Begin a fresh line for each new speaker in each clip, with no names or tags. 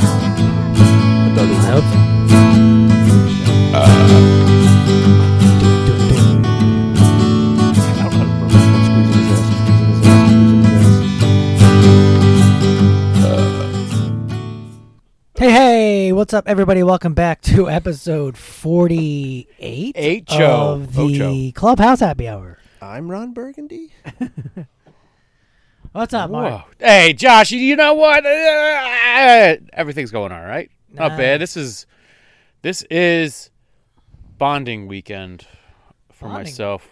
That doesn't help.
Uh, Hey, hey, what's up, everybody? Welcome back to episode 48
Eight, Joe.
of
Oh,
the
Joe.
Clubhouse Happy Hour.
I'm Ron Burgundy.
What's up,
Whoa.
Mark?
Hey, Josh, you know what? Uh, Everything's going all right. Not bad. This is this is bonding weekend for
Bonding?
myself.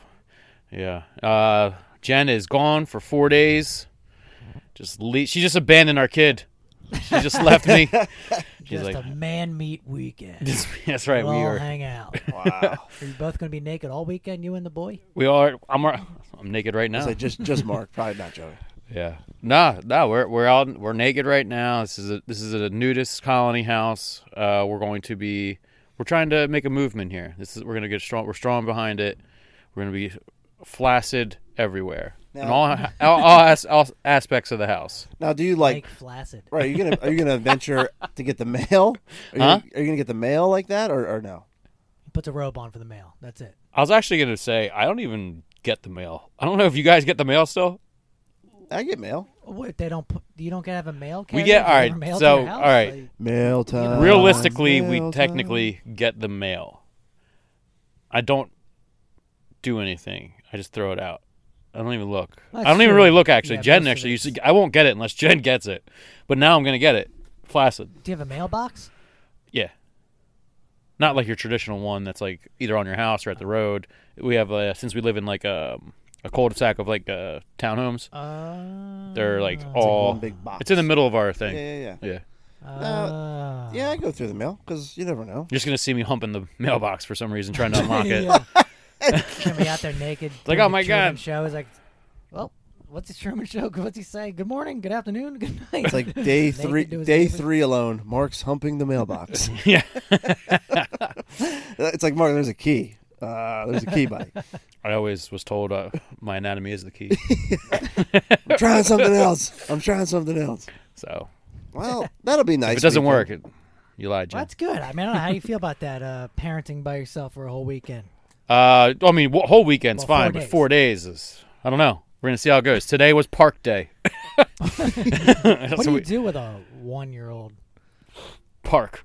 Yeah. Uh, Jen is gone for four days. Just le- she just abandoned our kid. She just left me. She's
Just
like,
a man meet weekend.
that's right.
We'll
we
all
are.
hang out.
Wow.
Are you both going to be naked all weekend, you and the boy?
We are. I'm. I'm naked right now.
so just just Mark, probably not Joey.
Yeah. Nah, nah, we're we're out we're naked right now. This is a this is a nudist colony house. Uh we're going to be we're trying to make a movement here. This is we're gonna get strong we're strong behind it. We're gonna be flaccid everywhere. in
Now-
all, all, all, as, all aspects of the house.
Now, do you
Like,
like?
flaccid.
Right, are you gonna are you gonna venture to get the mail? Are you,
Huh?
are you gonna get the mail like that or, or no?
He puts a robe on for the mail. That's it.
I was actually gonna say I don't even get the mail. I don't know if you guys get the mail still.
I get mail.
What if they don't put, you don't have a mail
We
carrier?
get-
They
alright,
never mail to
so,
your house?
alright.
Like,
Mail time.
Realistically, we
Uh, Mail
technically get the mail. I don't do anything. I just throw it out. I don't even look.
That's
I don't even
true.
really look actually.
Yeah, most
Jen
of
actually used
it's-
to, I won't get it unless Jen gets it. But now I'm going to get it. Flaccid.
do you have a mailbox?
Yeah. Not like your traditional one that's like either on your house or at the road. We have uh, since we live in like um, a cul-de-sac of like uh, townhomes.
Uh,
They're like
time. It's like
all
one big box.
It's in the middle of our thing.
Yeah, yeah, yeah.
yeah.
uh,
Yeah, I go through the mail because you never know.
You're just going to see me humping the mailbox for some reason trying to unlock it.
Gonna be out there naked.
like,
doing
oh
the
my
Truman
God.
Show is like, well, what's his Truman Show? What's he say? Good morning, good afternoon, good night.
It's like day
Naked
three.
to his
Day
neighbor.
three alone. Mark's humping the mailbox.
yeah.
it's like Mark. There's a key. Uh, there's a key, buddy.
I always was told uh, my anatomy is the key.
I'm trying something else. I'm trying something else.
So
Well, that'll be nice.
if it doesn't
weekend.
work, it, you lied,
Well,
Jen.
that's good. I mean, I don't know how you feel about that. Uh, parenting by yourself for a whole weekend.
Uh, I mean, wh- whole weekend's
Well, four
fine, but
days.
four days is. I don't know. We're gonna see how it goes. Today was Park Day.
What do you do with a one-year-old?
Park.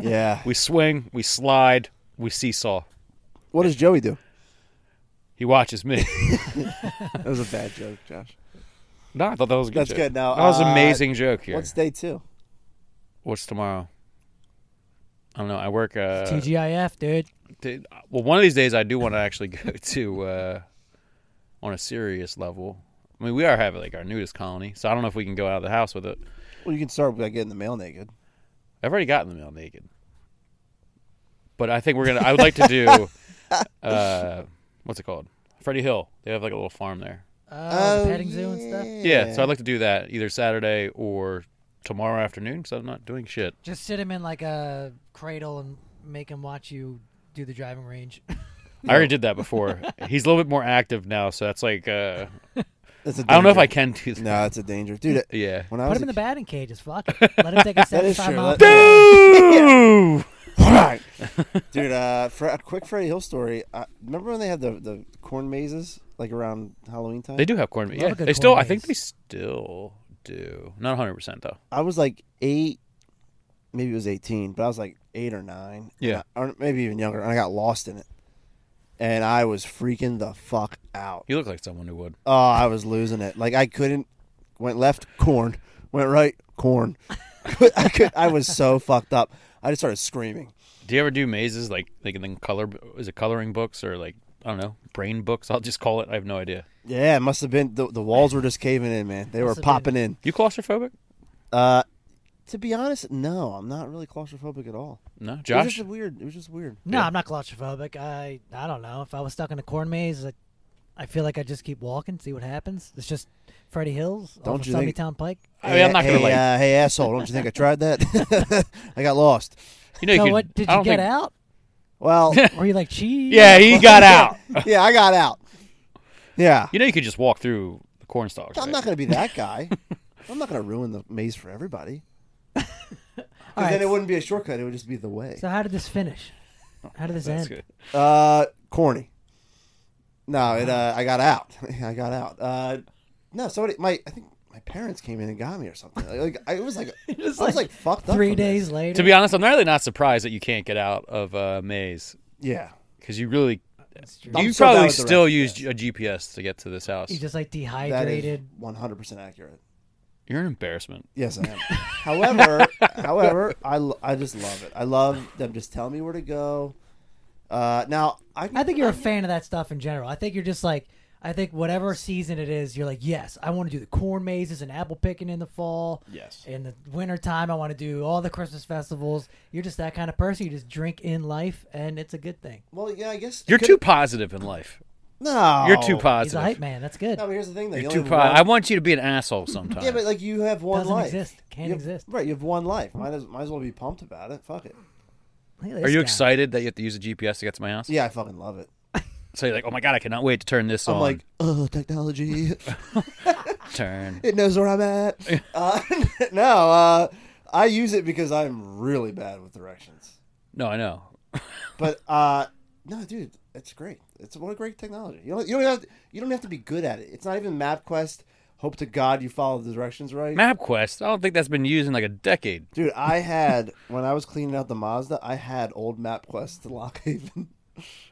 Yeah.
We swing. We slide. We seesaw.
What does Joey do?
He watches me.
That was a bad joke, Josh.
no, I thought that was a good.
That's
joke.
good. Now,
that was an
uh,
amazing joke here.
What's
What's,
day two?
tomorrow? I don't know. I work. Uh,
TGIF, dude.
t- well, one of these days I do want to actually go to uh, on a serious level. I mean, we are having like our nudist colony, so I don't know if we can go out of the house with it.
Well, you can start by getting the mail naked.
I've already gotten the mail naked. But I think we're gonna. I would like to do, uh, what's it called? Freddie Hill. They have like a little farm there.
Uh, the petting zoo and stuff.
Yeah. So I'd like to do that either Saturday or tomorrow afternoon because I'm not doing shit.
Just sit him in like a cradle and make him watch you do the driving range.
I already did that before. He's a little bit more active now, so that's like. Uh,
That's a
I don't know if
danger.
I can do that.
No, it's a danger, dude. it-
Yeah.
When I
Put
was
him in
a
the batting cages. Fuck it. Let him take a
That is
75
true.
mile
Let-
Boo!
kid- dude, uh, for a quick Freddy Hill story. Uh, remember when they had the, the corn mazes like around Halloween time?
They do have corn. Yeah.
a good
They still.
corn
I think
maze.
they still do. Not 100 percent though.
I was like eight, maybe it was eighteen, but I was like eight or nine.
Yeah.
and I- or maybe even younger. And I got lost in it, and I was freaking the fuck out.
You look like someone who would.
Oh, I was losing it. Like I couldn't. Went left, corn. Went right, corn. I could. I was so fucked up. I just started screaming.
Do you ever do mazes like like in color? Is it coloring books or like I don't know brain books? I'll just call it. I have no idea.
Yeah, it must have been the, the walls were just caving in, man. They were
Must have
popping
You claustrophobic?
in. Uh, to be honest, no, I'm not really claustrophobic at all.
No,
It was
Josh.
just weird. It was just weird.
No,
Yeah.
I'm not claustrophobic. I I don't know. If I was stuck in a corn maze, I, I feel like I just keep walking, see what happens. It's just Freddie Hills
Don't
off
you
of
think-
Town Pike.
I mean, I'm not gonna
hey,
like.
uh, hey, asshole! Don't you think I tried that? I got lost.
you know, you
so
could-
what did
I
you
don't
get
think-
out?
Well,
Were you like cheese?
Yeah, he got out.
yeah, I got out. Yeah,
You know, you could just walk through the corn stalks.
I'm
right?
not gonna be that guy. I'm not gonna ruin the maze for everybody.
All
'Cause
right.
Then it wouldn't be a shortcut. It would just be the way.
so how did this finish? How did this
That's
end?
good.
Uh, corny. No, it. Uh, I got out. I got out. Uh, no, somebody. My I think my parents came in and got me or something. Like I was like, I was like, fucked up.
Three
from this.
days later.
To be honest, I'm really not surprised that you can't get out of uh, maze
Yeah.
because you really,
That's true.
I'm
you
so bad
probably
with the
still
rest,
use a GPS to get to this house.
you just like
That is
dehydrated.
100% accurate.
You're an embarrassment.
Yes, I am. however, however, I, lo- I just love it. I love them just telling me where to go. Uh, now I,
I think you're a fan of that stuff in general. I think you're just like I think whatever season it is, you're like, yes, I want to do the corn mazes and apple picking in the fall.
Yes.
In the wintertime, I want to do all the Christmas festivals. You're just that kind of person. You just drink in life, and it's a good thing.
Well, yeah, I guess it
You're
could-
too positive in life.
No,
You're too
Oh, He's a
positive.
hype man. That's good.
No, but here's the thing. Though.
You're
You
too
only
po-
have
I
one-
want you to be an asshole sometimes.
Yeah, but like you have one
Doesn't
life.
exist. Can't
You have-
exist.
Right, you have one life. Might as might as well be pumped about it. Fuck it.
Look at
Are
this
you
guy.
excited that you have to use a GPS to get to my house?
Yeah, I fucking love it.
So you're like, oh my god, I cannot wait to turn this
I'm
on.
like, oh, technology.
turn.
it knows where I'm at. uh, no, uh, I use it because I'm really bad with directions.
No, I know.
But uh, no, dude, it's great. It's what a great technology. You don't, you don't have to, you don't have to be good at it. It's not even MapQuest. Hope to God you follow the directions right.
MapQuest. I don't think that's been used in like a decade.
Dude, I had when I was cleaning out the Mazda, I had old MapQuest to Lock Haven.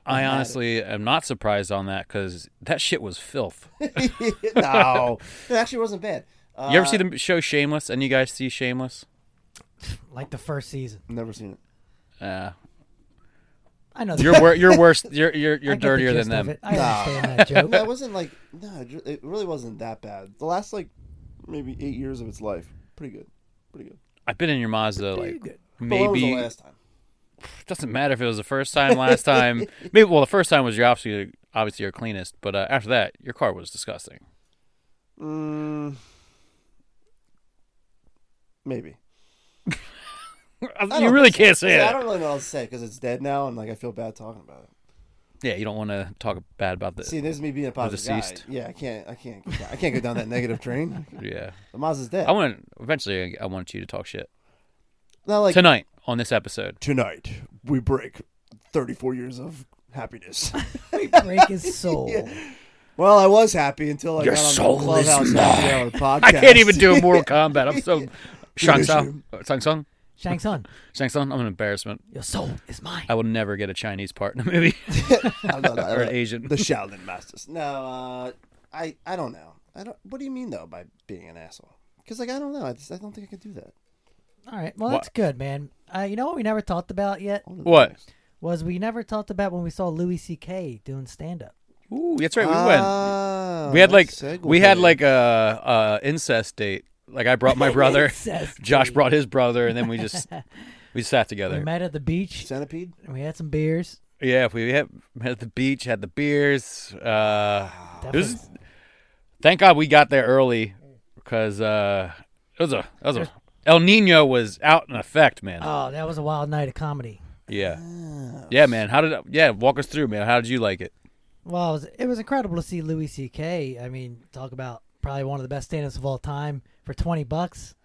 I honestly am not surprised on that because that shit was filth. You
no, it actually wasn't bad. Uh,
ever see the show Shameless? Any guys see Shameless?
Like the first season.
Never seen it.
Uh,
I know.
you're wor- you're worse. You're you're you're
I get the
dirtier
gist
than
of
them.
it. I understand that joke.
No, it wasn't like no, it ju- it really wasn't that bad. The last like maybe eight years of its life, pretty good, pretty good.
I've been in your Mazda
Pretty
like
good.
But when was
maybe
the last time.
doesn't matter if it was the first time, last time. Maybe well, the first time was your obviously obviously your cleanest, but uh, after that, your car was disgusting.
Mm, maybe. I
You
don't
really
think so.
can't say
Yeah, I
that.
don't really know what else to say because it's dead now, and like I feel bad talking about it.
Yeah, you don't want to talk bad about this.
See, this is me being a positive
deceased.
guy. Yeah, I can't, I can't, go down- I can't go down that negative train.
Yeah,
The Mazda's dead.
I want eventually. I want you to talk shit
Not like
tonight on this episode.
tonight we break 34 years of happiness.
Break his soul.
well, I was happy until I
Your
got on
soul
the
is
Clubhouse Happy Hour podcast.
I can't even do a Mortal Kombat. I'm so Shang Tsung.
Listen.
Shang Tsung.
Shang Tsung,
Shang Tsung. I'm an embarrassment.
your soul is mine.
I will never get a Chinese part in a movie. Or an Asian.
The Shaolin Masters. No, uh, I, I don't know. I don't. What do you mean though by being an asshole? Because like I don't know. I just I don't think I could do that.
All right. Well,
Wha-
that's good, man. Uh, you know what we never talked about yet
What?
was we never talked about when we saw Louis C.K. doing stand up.
Ooh, that's right. We went.
Ah,
We had like
nice
we had
segue.
like a, a incest date. Like I brought my brother. Josh brought his brother, and then we just we sat
We
together.
met at the beach
centipede.
and we had some beers.
Yeah, we had, met at the beach, had the beers. Uh, it was-
Definitely.
thank God we got there early because uh, it was a it was a El Nino was out in effect, man.
Oh, that was a wild night of comedy.
yeah, yeah, man. How did yeah? Walk us through, man. How did you like it?
Well, it was, it was incredible to see Louis C.K. I mean, talk about probably one of the best stand ups of all time for 20 bucks.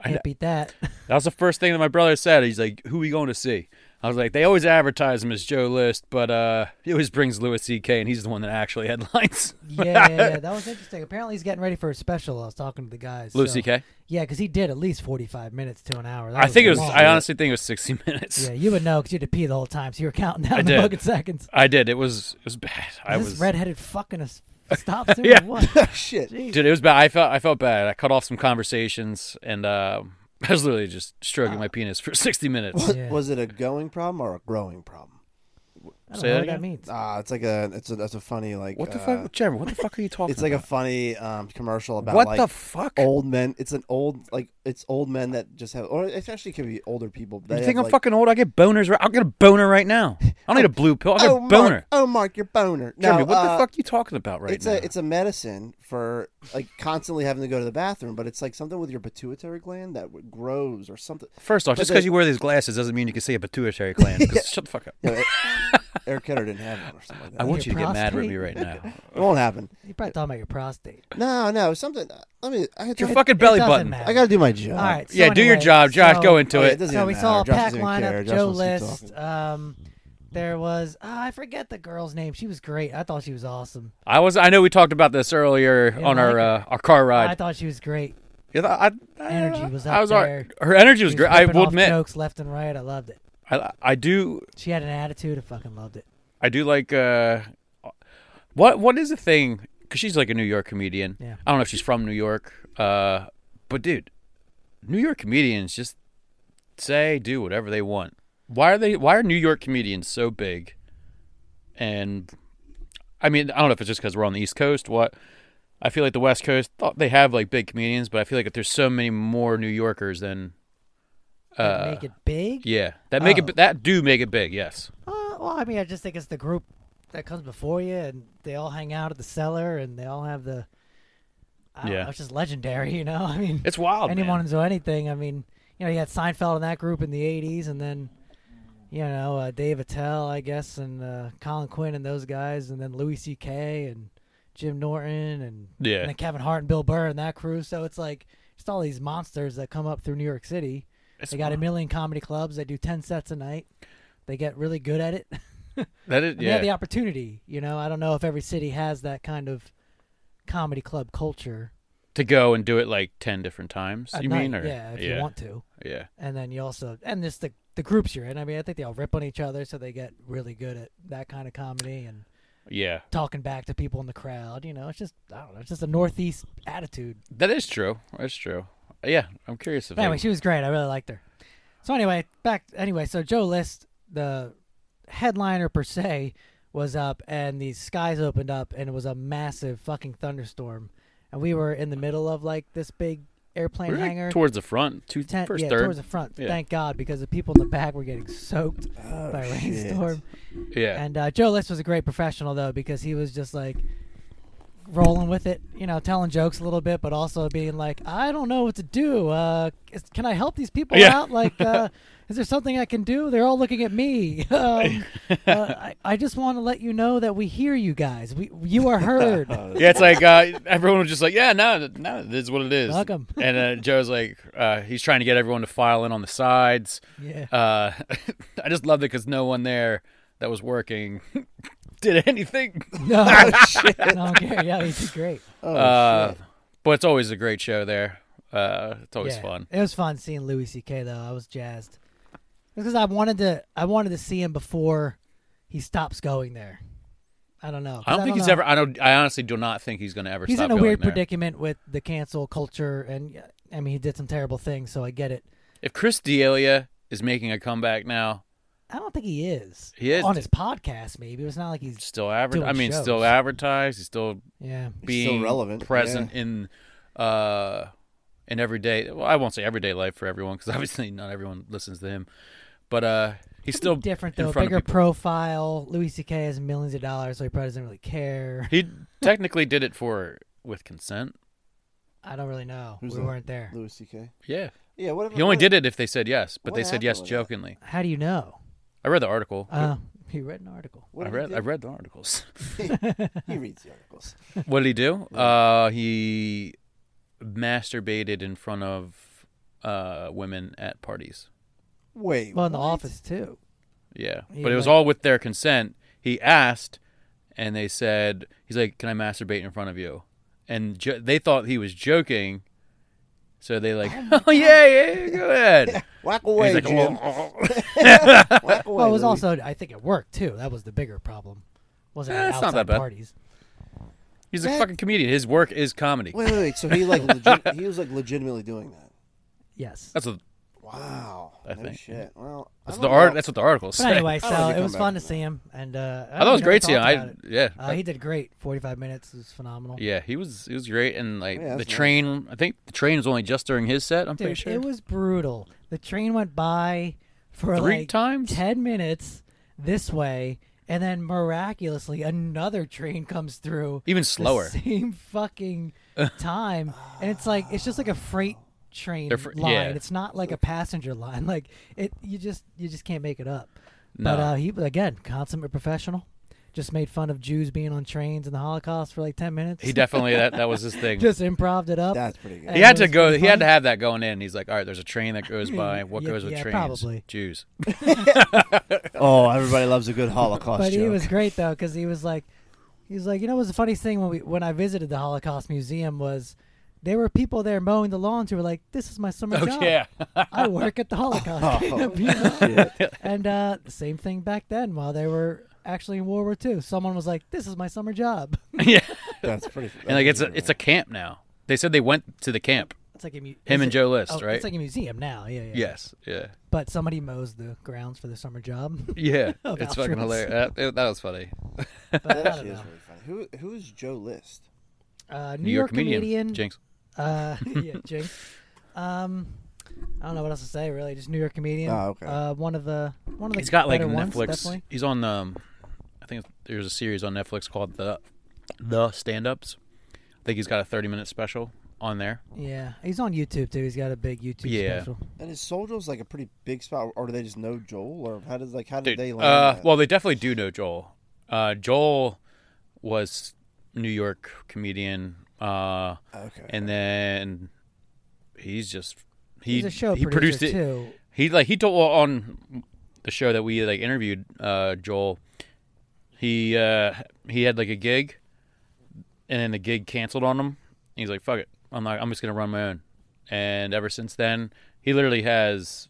kn-
Can't beat that.
That was the first thing that my brother said. He's like, "Who we going to see?" I was like, "They always advertise him as Joe List, but uh, he always brings Louis C.K. and he's the one that actually headlines."
yeah, yeah, yeah. That was interesting. Apparently, he's getting rety for a special. I was talking to the guys.
Louis
so-
C.K.
Yeah, because he did at least 45 minutes to an hour. That
I think it was.
long.
I honestly think it was sixty minutes.
Yeah, you would know because you had to pee the whole time, so you were counting down
I
the
did.
fucking seconds. Is
I did. It was it was bad. I
this
was
redheaded fucking us stops him.
Yeah.
or what?
Shit.
dude. It was bad. I felt I felt bad. I cut off some conversations and um I was literally just stroking my penis for sixty minutes.
Yeah.
Was it a going problem or a growing problem?
I don't
Say
know
that
what that
again?
means.
Ah, it's like a it's a that's a funny like
What the
uh,
fuck, Jeremy? What the fuck are you talking?
It's like a
about?
funny um, commercial about
what
like
the fuck?
old men. It's an old like it's old men that just have, or it actually could be older people. That
you
have,
think I'm
like,
fucking old? I get boners. Right, I'll get a boner right now. I don't need a blue pill. I'll get
Oh,
a boner.
Mark, oh, Mark, you're boner. No,
Jeremy, what the
uh,
fuck are you talking about right
It's
now?
a it's a medicine for like constantly having to go to the bathroom, but it's like something with your pituitary gland that w- grows or something.
First off, just
they-
because you wear these glasses doesn't mean you can see a pituitary gland. 'cause Shut the fuck up.
You know, it- Eric Ketter didn't have one or something like that.
I want you
Your
to get mad at me right
prostate?
now.
it won't happen.
You're probably talking about your prostate.
No, no, something. uh, Let me. I got
Your
to.
fucking belly
doesn't
button.
matter.
I got to do my job.
All right. So
yeah, do your
anyway,
job, Josh.
so-
go into
Oh, yeah,
it.
it doesn't
So
even
we
matter.
saw a
Josh
pack
doesn't even
lineup.
care. Josh
Joe
wants to keep
List. Um, there was ah, I forget the girl's name. She was great. I thought she was awesome.
I was. I know we talked about this earlier
You
on
like
our
her?
uh, our car
I
ride.
thought she was great.
Yeah, I, I, I,
Energy was
I
up
was all right.
there.
Her energy was
She
great. I
ripping
will
off
admit,
jokes left and right. I loved it.
I, I do
She had an attitude. I fucking loved it.
I do like uh, what what is the thing? Because she's like a New York comedian.
Yeah.
I don't know if she's from New York, uh, but dude, New York comedians just say do whatever they want. Why are they? Why are New York comedians so big? And I mean, I don't know if it's just because we're on the East Coast. What I feel like the West Coast thought they have like big comedians, but I feel like there's so many more New Yorkers than
That
uh,
make it big.
yeah that make
Oh.
it that do make it big. Yes.
Uh, well, I mean, I just think it's the group that comes before you, and they all hang out at the cellar, and they all have the. I don't
Yeah.
know, it's just legendary, you know. I mean,
It's wild. Oh, man.
anyone into anything. I mean, you know, you had Seinfeld in that group in the '80s, and then, you know, uh, Dave Attell, I guess, and uh, Colin Quinn and those guys, and then Louis C.K. and Jim Norton, and,
Yeah.
and then Kevin Hart and Bill Burr and that crew. So it's like just all these monsters that come up through New York City.
It's
they got a
wild.
million comedy clubs. They do ten sets a night. They get really good at it.
That is
And They
yeah.
have the opportunity. You know, I don't know if every city has that kind of comedy club culture.
to go and do it like 10 different times
at
you
night.
mean or
yeah, if
yeah,
you want to.
yeah
and then you also and just the the groups you're in. I mean, I think they all rip on each other, so they get really good at that kind of comedy and
yeah
talking back to people in the crowd. You know, it's just I don't know, it's just a northeast attitude.
that is true that's true yeah i'm curious if
But anyway,
they,
she was great. I really liked her. So anyway, back anyway, so Joe List, the headliner per se, was up, and the skies opened up, and it was a massive fucking thunderstorm, and we were in the middle of like this big airplane
we're like,
hangar.
towards the front two
Ten-
first
yeah,
third
towards the front.
Yeah.
Thank God, because the people in the back were getting soaked
Oh,
by a
shit.
rainstorm.
yeah
And uh, Joe List was a great professional though because he was just like rolling with it, you know, telling jokes a little bit, but also being like, I don't know what to do. Uh, is, can I help these people
Yeah.
out? Like, uh, is there something I can do? They're all looking at me. Um, uh, I, I just want to let you know that we hear you guys. We you are heard.
yeah it's like uh, everyone was just like yeah no no this is what it is
Welcome.
and uh, joe's like uh, he's trying to get everyone to file in on the sides
yeah.
uh, i just loved it because no one there that was working did anything
No, no, I don't care. Yeah, he did great.
Oh,
uh,
shit.
but it's always a great show there uh, it's always
Yeah.
fun
It was fun seeing Louis C.K. though. I was jazzed because I wanted to. I wanted to see him before he stops going there. I don't know. 'Cause
I don't think he's
know.
ever. I don't. I honestly do not think he's going to ever.
He's
stop
in a
going
weird
there.
predicament with the cancel culture, and I mean, he did some terrible things, so I get it.
If Chris D'Elia is making a comeback now,
I don't think he is.
He is.
on his podcast. Maybe it's not like he's.
still adver- I
Doing
mean,
shows.
still advertised. He's still
Yeah,
He's
being
still relevant,
present
yeah.
in, uh, in everyday. Well, I won't say everyday life for everyone because obviously not everyone listens to him, but uh, he's still
different
in
though.
front of
Bigger
people.
profile. Louis C.K. has millions of dollars, so he probably doesn't really care.
he technically did it for with consent.
I don't really know.
Who's
we
that?
weren't there.
Louis C.K.
Yeah,
Yeah, whatever.
he only did it if they said yes, but
what
they said yes
happened with that?
jokingly.
How do you know?
I read the article.
Uh, he read an article.
What
I
did he
read.
do?
I read the articles.
He reads the articles.
What did he do? Uh, he masturbated in front of uh, women at parties.
Wait.
Well, in the
what?
office too.
Yeah,
He
but it was
like-
all with their consent. He asked, and they said, "He's like, can I masturbate in front of you?" And jo- they thought he was joking, so they like, "Oh, yeah, yeah, go ahead."
Whack
And
away,
he's like,
Jim. Whack away.
Well, it was
Louis.
also I think it worked too. That was the bigger problem. Wasn't
Eh,
at
it's not
outside
that bad.
parties.
He's a
That-
fucking comedian. His work is comedy.
Wait, wait, wait. So he like legit, he was like legitimately doing that.
Yes.
That's what
Wow.
I
no
think.
Shit. Well, I
that's
don't
the
know.
art. That's what the article
But
said.
anyway,
I don't
so
think
it
I'm
was
back
fun
to
to see him, and uh,
I thought it Oh, was great seeing.
him.
him. I yeah.
uh, he did great. Forty-five minutes it was phenomenal.
Yeah, he was he was great, and like
Yeah,
the
that's nice.
train. I think the train was only just during his set. I'm pretty
Dude,
sure.
it was brutal. The train went by for
Three
like
times?
ten minutes this way, and then miraculously another train comes through.
Even slower.
The same fucking time, and it's like it's just like a freight train
They're fr-
line.
yeah.
It's not like a passenger line. Like it, you just you just can't make it up. But
No.
uh, he again, consummate professional. Just made fun of Jews being on trains in the Holocaust for like ten minutes.
He definitely that that was his thing.
just improv it up.
That's pretty good.
he
Yeah.
had
it
to
was
go.
pretty
He had to
funny.
have that going in. He's like, all right, there's a train that goes by. What
Yeah,
goes with
yeah,
trains?
probably.
Jews.
Oh, everybody loves a good Holocaust
but
joke.
he was great though because he was like he was like you know what was the funniest thing when we when i visited the holocaust museum was there were people there mowing the lawns who were like this is my summer
Oh
job
yeah.
i work at the
Oh,
holocaust museum," you know? and uh same thing back then while they were actually in world war ii someone was like this is my summer job
yeah.
That's pretty.
And like it's a it's a camp now. They said they went to the camp.
it's like a mu-
Him
is
and
it-
Joe List,
oh,
right?
it's like a museum now yeah, yeah
Yes. Yeah.
but somebody mows the grounds for the summer job
Yeah.
Of
it's fucking
outros.
hilarious. That, it- that was funny.
But I
That
don't
actually is
know.
really funny. Who who's Joe List?
uh, new, york,
comedian,
comedian
Jinx.
Uh, yeah, Jinx. Um, I don't know what else to say. Really, just New York comedian.
Oh, okay.
Uh, one of the one of the.
He's got like
better
Netflix.
ones, definitely.
He's on um, I think there's a series on Netflix called the the Stand Ups. I think he's got a 30 minute special on there.
Yeah, he's on YouTube too. He's got a big YouTube
Yeah.
special.
And is Soldier's like a pretty big spot, or do they just know Joel, or how does like how did
Dude,
they land?
uh,
that?
well, they definitely do know Joel. Uh, Joel was New York comedian, uh,
okay.
and then he's just he
he's a show
he
producer
produced it.
too.
He like he told well, on the show that we like interviewed uh, Joel. He uh, he had like a gig, and then the gig canceled on him. And he's like, "Fuck it, I'm like I'm just gonna run my own." And ever since then, he literally has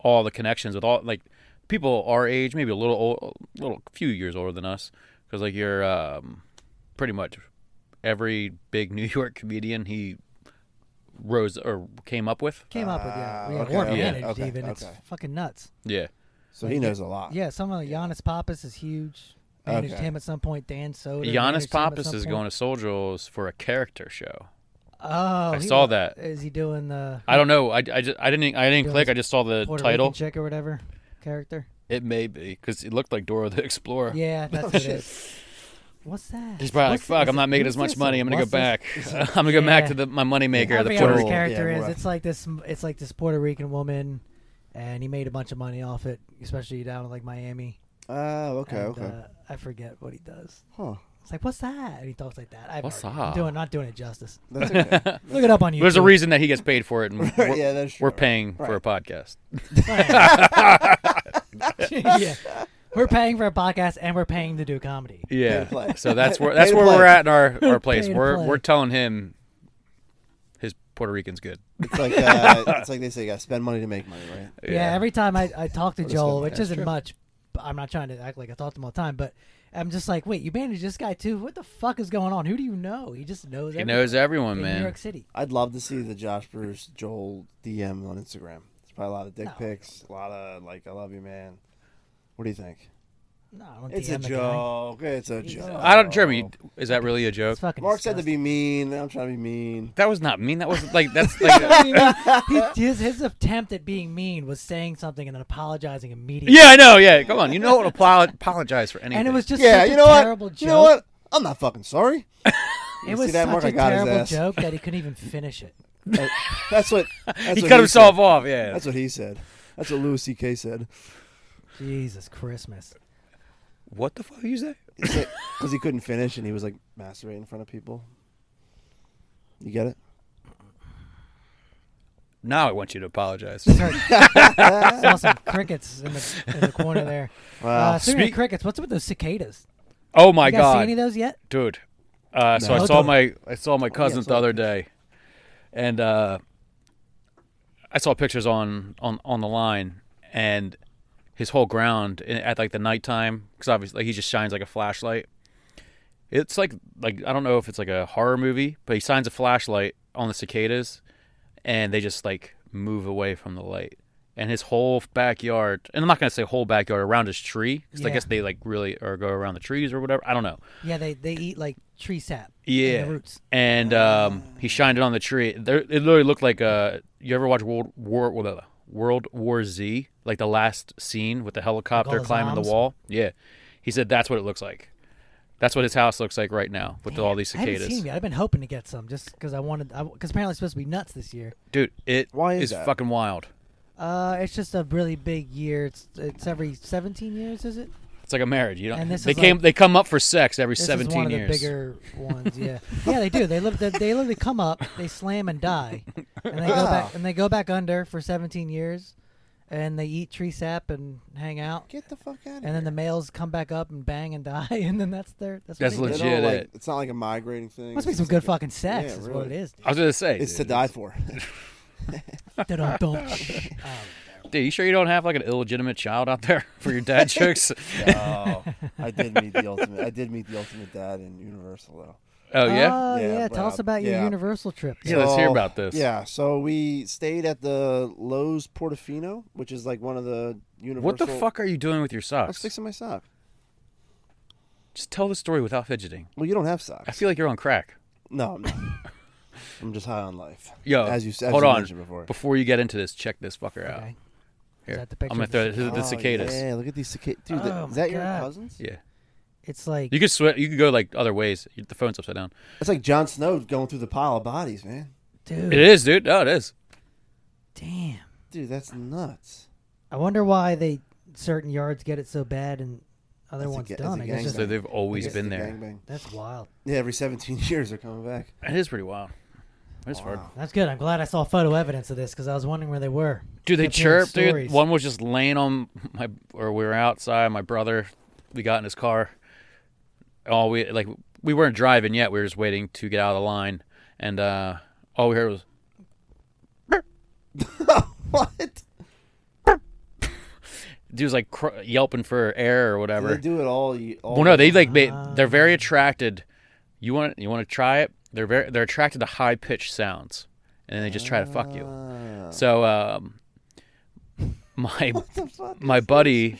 all the connections with all like people our age, maybe a little old, a little few years older than us, because like you're um, pretty much every big New York comedian he rose or came up with.
Came up with yeah,
Ah,
yeah
okay,
or
okay,
managed
okay,
even. It's
okay.
fucking nuts.
Yeah.
so he knows a lot.
Yeah, some of Giannis Pappas is huge. Managed
Okay.
him at some point. Dan Soder. managed
Giannis
him at
Pappas
some
is
point.
going to Soldiers for a character show.
Oh,
I
he
saw
wa-
that.
Is he doing the
I don't know. I, I, just, I didn't I didn't
Doing
click.
this
I just saw the
Puerto
title.
Rican chick or whatever character?
It may be because it looked like Dora the Explorer.
Yeah, that's what it is. What's that?
He's probably
What's
like,
the-
"Fuck!
is
I'm
it-
not making
who's
as much
this?
money. I'm gonna go
What's this?
back. I'm gonna go back
Yeah.
to the my money maker,
I
the
forget what
Puerto
his
Rican.
character
Yeah,
is.
right.
It's like this. It's like this Puerto Rican woman, and he made a bunch of money off it, especially down in like Miami.
Oh, okay,
And,
okay.
Uh, I forget what he does.
huh.
It's like, what's that? And he talks like that. I
What's
I'm
that?
doing not doing it justice.
That's okay.
Look it up on YouTube.
There's a reason that he gets paid for it, and we're,
yeah, that's true.
we're paying for a podcast.
yeah. We're paying for a podcast and we're paying to do comedy.
Yeah.
to play.
So that's where
Pay
that's
to
where
play.
we're at in our, our place.
Pay to
We're
play.
we're telling him his Puerto Rican's good.
It's like uh, it's like they say, you gotta spend money to make money, right?
Yeah. every time I, I talk to
That's
Joel,
good.
which
That's
isn't
true.
much, but I'm not trying to act like I talk to him all the time, but I'm just like, wait, you manage this guy too? What the fuck is going on? Who do you know? He just knows.
he
everyone
knows everyone,
in
man.
New York City.
I'd love to see the Josh Bruce Joel DM on Instagram. It's probably a lot of dick
No.
pics, a lot of like "I love you, man." What do you think?
No, I don't
It's
DM
a
the guy.
joke. It's a
He's
joke.
a-
I don't, Jeremy. Is that really a joke?
It's fucking
Mark said to
disgusting.
be mean. I'm trying to be mean.
That was not mean. That wasn't like that's like.
he, his his attempt at being mean was saying something and then apologizing immediately.
yeah, I know. Yeah, come on. You know what? Apolo- apologize for anything.
and it was just
Yeah,
such
you
a
know
terrible
what?
joke.
You know what? I'm not fucking sorry.
It
You
was
see that,
such
Mark?
a
I got his
terrible
ass.
joke that he couldn't even finish it.
Uh, that's what. That's
he
what
cut himself
said.
off. Yeah.
That's what he said. That's what Louis C.K. said
Jesus Christmas.
what the fuck you say?
because he couldn't finish and he was like masturbating in front of people. You get it?
Now I want you to apologize.
Saw some crickets in the, in the corner there.
Wow.
Uh, speaking of
Speak-
crickets, what's with those cicadas?
oh my
You guys see
god,
any of those yet?
dude. Uh, so
No.
I saw
Okay.
my I saw my cousin
saw
the other day, and uh, I saw pictures on on on the line and his whole ground in, at like the nighttime because obviously like, he just shines like a flashlight. It's like like I don't know if it's like a horror movie, but he shines a flashlight on the cicadas, and they just like move away from the light. And his whole backyard, and I'm not gonna say whole backyard around his tree, because I
Yeah.
guess they like really or go around the trees or whatever. I don't know.
Yeah, they, they eat like tree sap. and
Yeah,
the roots.
and um, he shined it on the tree. There, it literally looked like uh, you ever watch World War well, uh, World War Z, like the last scene with the helicopter
those
climbing
bombs?
the wall. Yeah, he said that's what it looks like. That's what his house looks like right now with all these
I haven't seen them
cicadas.
yet. I've been hoping to get some just because I wanted. Because apparently it's supposed to be nuts this year.
Dude, it
Why is
is
that?
fucking wild.
Uh, it's just a really big year. It's it's every 17 years, is it?
It's like a marriage. You don't.
And this
They
is
came.
like-
they come up for sex every
This
seventeen
is one of
years.
the bigger ones. Yeah, yeah, they do. They live. They, they literally come up, they slam and die, and they go
Wow.
back and they go back under for 17 years, and they eat tree sap and hang out,
Get the fuck out of
and then the males come back up and bang and die, and then that's their that's, what
That's
they do.
legit.
They don't, like,
it.
it's not like a migrating thing.
Must be
It's
some
just
good
like
fucking sex,
yeah,
is what it
really.
is.
I was gonna say.
a- It's to
dude.
die for.
Dude, I
Oh,
don't-
Dude, you sure you don't have like an illegitimate child out there for your dad jokes?
no, I did meet the ultimate. I did meet the ultimate dad in Universal though.
Oh yeah.
Oh,
Yeah,
yeah. Tell us
well,
about your
yeah.
Universal trip.
Yeah, let's hear
So,
about this.
Yeah, so we stayed at the Lowe's Portofino, which is like one of the Universal.
what the fuck are you doing with your
I was
socks?
fixing my sock.
Just tell the story without fidgeting.
Well, you don't have
I
socks.
feel like you're on crack.
No, I'm not. I'm just high on life.
Yo,
as you as
hold
you
on.
mentioned before.
before you get into this, check this fucker out.
Okay.
Here,
that the picture
I'm gonna
of the
throw it to
cicadas?
the cicadas.
Oh,
yeah.
Yeah, look at these cicadas. Dude,
Oh,
that,
my
is that your
God.
cousins?
It's like
you could sweat. You could go like other ways. The phone's upside down.
It's like Jon Snow going through the pile of bodies, man.
dude,
It is, dude. Oh, it is.
damn.
Dude, that's nuts.
I wonder why they certain yards get it so bad and other
That's a
ones
ga- that's
don't.
a
I guess
gangbang.
just-
So they've always
It's
been
the
there.
gangbang.
that's wild.
Yeah, every 17 years they're coming back.
It is pretty wild. It's hard.
Wow.
That's good. I'm glad I saw photo evidence of this because I was wondering where they were.
Dude, they
Kept hearing
chirp, dude.
stories.
One was just laying on my, or we were outside. My brother, we got in his car. All we like, we weren't driving yet. We were just waiting to get out of the line, and uh all we heard was,
what?
dude was like cr- yelping for air or
Do
whatever.
they do it all. ye- all
well, no, they like
Oh.
they, they're very attracted. You want you want to try it? They're very they're attracted to high pitched sounds, and then they just try to fuck you.
Ah.
So, um, my
the fuck?
my buddy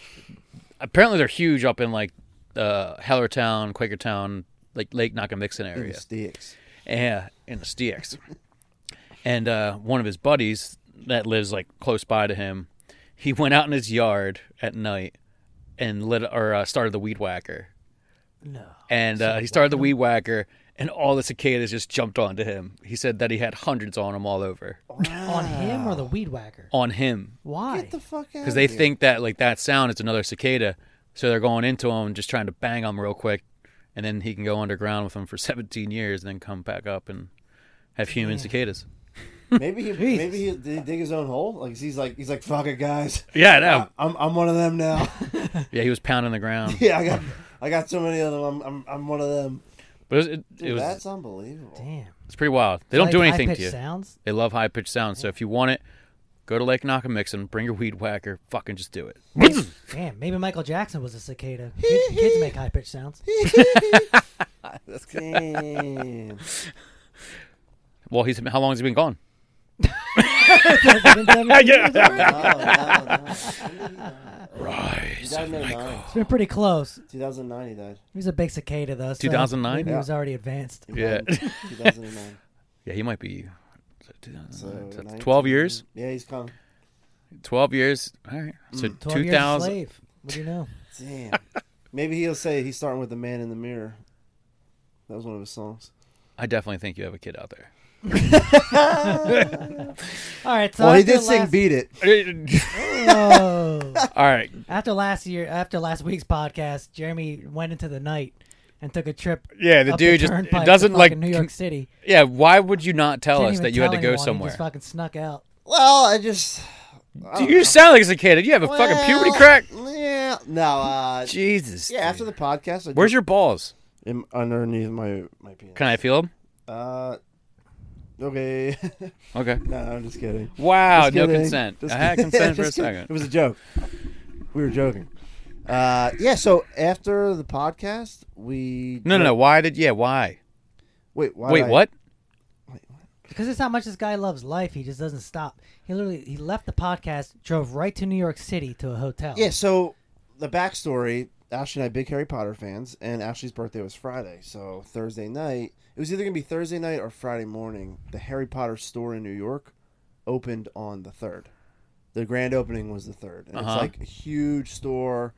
apparently they're huge up in like uh Hellertown, Quakertown, like Lake Nakamixon
In
area.
the sticks.
Yeah, in the STX. and uh one of his buddies that lives like close by to him, he went out in his yard at night and lit or uh, started the weed whacker.
No.
And uh, he started the weed whacker and all the cicadas just jumped onto him. He said that he had hundreds on him all over.
On him or the weed whacker?
On him.
Why?
Get Ah. the fuck out.
because they think that like that sound is another cicada, so they're going into him, just trying to bang him real quick, and then he can go underground with them for 17 years, and then come back up and have human cicadas.
maybe he maybe he did he dig his own hole. Like he's like he's like fuck it, guys.
Yeah, no,
I'm I'm one of them now.
yeah, he was pounding the ground,
yeah, I got I got so many of them. I'm I'm, I'm one of them.
but it was, it,
Dude,
it was
that's unbelievable.
Damn.
it's pretty wild. They don't do anything to you.
Sounds.
They love high pitched sounds, so if you want it, go to Lake Nakamixon, bring your weed whacker, fucking just do it.
Damn. Maybe Michael Jackson was a cicada. Kid- Kids make high pitched sounds.
That's Damn.
Well, he's how long has he been gone?
it's
Oh, no, no. He
Rise.
died in 09.
been pretty close.
2009 he died.
He was a big cicada though. so
2009?
maybe He was
Yeah.
already advanced.
He
Yeah.
died in 2009.
Yeah, he might be.
So 19.
12 years.
Yeah, he's coming.
12 years. All right. So
Mm.
12 years a
2000
slave. What do you know?
Damn. Maybe he'll say he's starting with the man in the mirror. That was one of his songs.
I definitely think you have a kid out there.
All right. So
well, he
after
did sing
last-
"Beat It."
Oh.
All right.
After last year, after last week's podcast, Jeremy went into the night and took a trip.
Yeah, the
up
dude just-
turnpike
it
to
doesn't, like,
fucking New York City.
Yeah, why would you not tell
Didn't
us
even
that you had
tell
to go
anyone, he
somewhere?
just fucking snuck out.
Well, I just
Do you sound like a kid? You have a fucking puberty
Oh. Well,
crack?
Yeah, no. Uh,
Jesus.
yeah, after the podcast, I
Where's your balls?
in, underneath my my penis?
Can I feel them?
Uh, okay.
Okay.
no, I'm just kidding.
Wow,
Just
no
kidding.
consent.
Just
I had
kidding.
consent for a
Just kidding. It
second.
was a joke. We were joking. Uh, yeah. So after the podcast, we
No, no, no. Why did? Yeah, why?
Wait, why
Wait,
did I-
what?
Because it's how much this guy loves life. He just doesn't stop. He literally he left the podcast, drove right to New York City to a hotel.
Yeah, so the backstory Ashley and I, big Harry Potter fans, and Ashley's birthday was Friday. So Thursday night, it was either going to be Thursday night or Friday morning. The Harry Potter store in New York opened on the 3rd. The grand opening was the 3rd. And
Uh-huh.
it's like a huge store.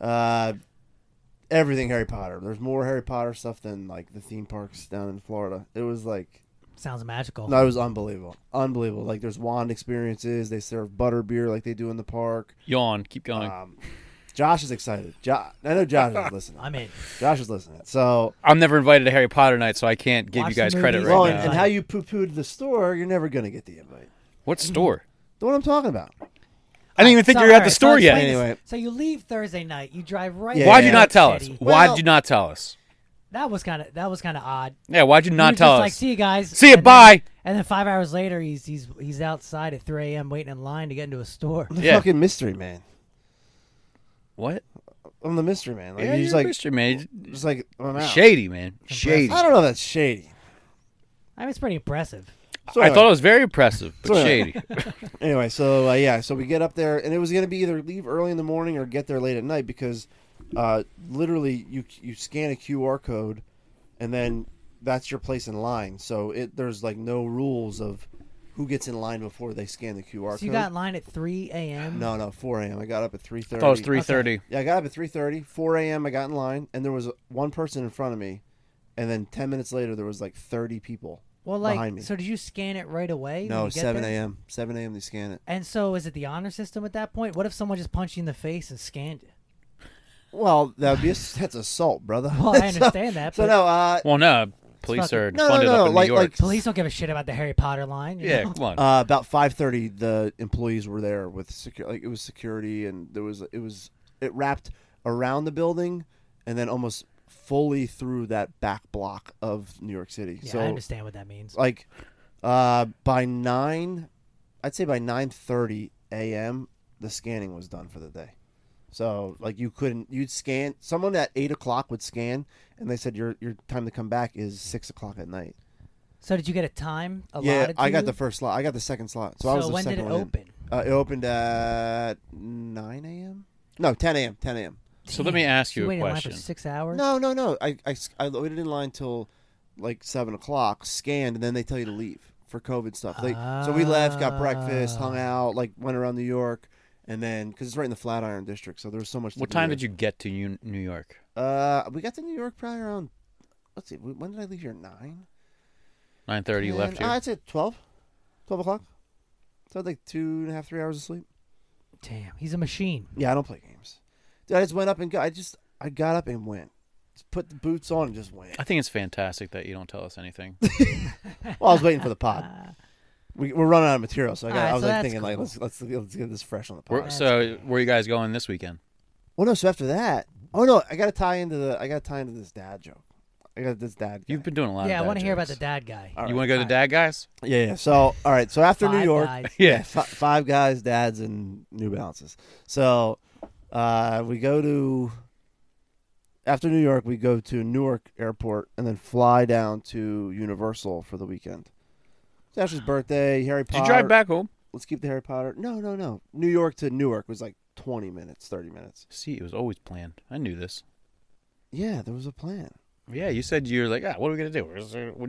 Uh, everything Harry Potter. There's more Harry Potter stuff than like the theme parks down in Florida. It was like
Sounds magical.
No, it was unbelievable. Unbelievable. Like there's wand experiences. They serve butter beer like they do in the park.
Yawn. Keep going.
Um, Josh is excited. Jo- I know Josh is listening.
I'm in.
Josh is listening. So,
I'm never invited to Harry Potter night, so I can't give
Watch
you guys
the
credit
movies.
right
well,
now.
and, and how you poo pooed the store, you're never gonna get the invite.
what store?
The one I'm talking about.
I didn't even think you were at the store yet.
explain Anyway.
So you leave Thursday night. You drive right.
Yeah.
Why'd
to
you not tell us?
City.
Why'd
Well-
you not tell us?
That was kind of that was kind of odd.
Yeah, why'd you
He
not
was
tell
just
us?
Like, see you guys.
See ya,
And then-
bye.
and then five hours later, he's he's he's outside at 3 a.m. waiting in line to get into a store.
The
Yeah.
fucking mystery man.
what?
I'm the mystery man. Like
yeah,
you
you're
just
a
like
mystery man.
just like I'm out.
Shady, man. Shady.
I don't know. if That's shady.
I mean, it's pretty impressive.
So
I
anyway,
thought it was very impressive, but
Sorry.
shady.
anyway, so uh, yeah, so we get up there, and it was gonna be either leave early in the morning or get there late at night because, uh, literally, you you scan a QR code, and then that's your place in line. So it there's like no rules of who gets in line before they scan the
So
QR code.
you got in line at 3 a.m.
no, no, 4 a.m. I got up at 3:30.
I thought Oh, it was 3:30.
Yeah, I got up at 3:30. 4 a.m. I got in line, and there was one person in front of me, and then 10 minutes later there was like 30 people.
Well,
behind
like,
me.
so did you scan it right away? when
No,
you get
7
there?
a.m. 7 a.m. They scan it.
And so, is it the honor system at that point? What if someone just punched you in the face and scanned you?
Well, that would be that's assault, brother.
Well, I understand that,
So
but-
no, uh,
Well, no, police
fucking-
are
No, no,
funded
no,
up in
like-
New York.
like-
Police don't give a shit about the Harry Potter line. you
yeah,
know?
come on.
uh, about five thirty, the employees were there with security. Like it was security, and there was it was it wrapped around the building, and then almost fully through that back block of New York City.
Yeah,
so
I understand what that means.
like, uh, by nine, I'd say by nine thirty a.m. the scanning was done for the day. So like you couldn't you'd scan someone at eight o'clock would scan, and they said your your time to come back is six o'clock at night.
So, did you get a time allotted?
Yeah, I
to
got
you?
the first slot. I got the second slot. So,
So,
I was the
when did
second
it
one in.
open?
Uh, it opened at nine a.m. No, ten a.m. Ten a.m.
so let me
Damn,
ask
you
you a
waited in line for
question.
six hours.
No, no, no. I, I s- I waited in line till like seven o'clock. Scanned, and then they tell you to leave for COVID stuff. They, So we left, got breakfast, hung out, like went around New York, and then because it's right in the Flatiron District, so there was so much. To
What time did you get to Un- New York?
you? Uh, we got to New York probably around. Let's see. When did I leave here? Nine.
9:30 you left
And-
here.
uh, I'd say 12. 12 o'clock. So I had like two and a half, three hours of sleep.
Damn, he's a machine.
Yeah, I don't play games. Dude, I just went up and got. I just I got up and went. Just put the boots on and just went.
I think it's fantastic that you don't tell us anything.
Well, I was waiting for the pod. We, we're running out of material, so I got.
Alright,
I was
so
like
that's
thinking like
cool.
let's let's let's get this fresh on the
Where-
pod.
so, where you guys going this weekend?
Well, no. So after that, oh no, I got to tie into the. I got to tie into this dad joke. I got this dad.
You've
guy.
been doing a lot.
yeah,
of
I
want
want to hear about the dad guy.
All
You
right.
want to go to Dad Guys?
Yeah, yeah. So all right. So after New
Five
York,
guys.
Yeah.
fi- five guys, dads, and New Balances. So uh, we go to after New York, we go to Newark Airport and then fly down to Universal for the weekend. It's Ash's birthday. Harry
Did
Potter.
you drive back home?
Let's keep the Harry Potter. No, no, no. New York to Newark was like twenty minutes, thirty minutes.
See, it was always planned. I knew this.
Yeah, there was a plan.
Yeah, you said you were like, ah, what are we gonna do? We're just gonna, we're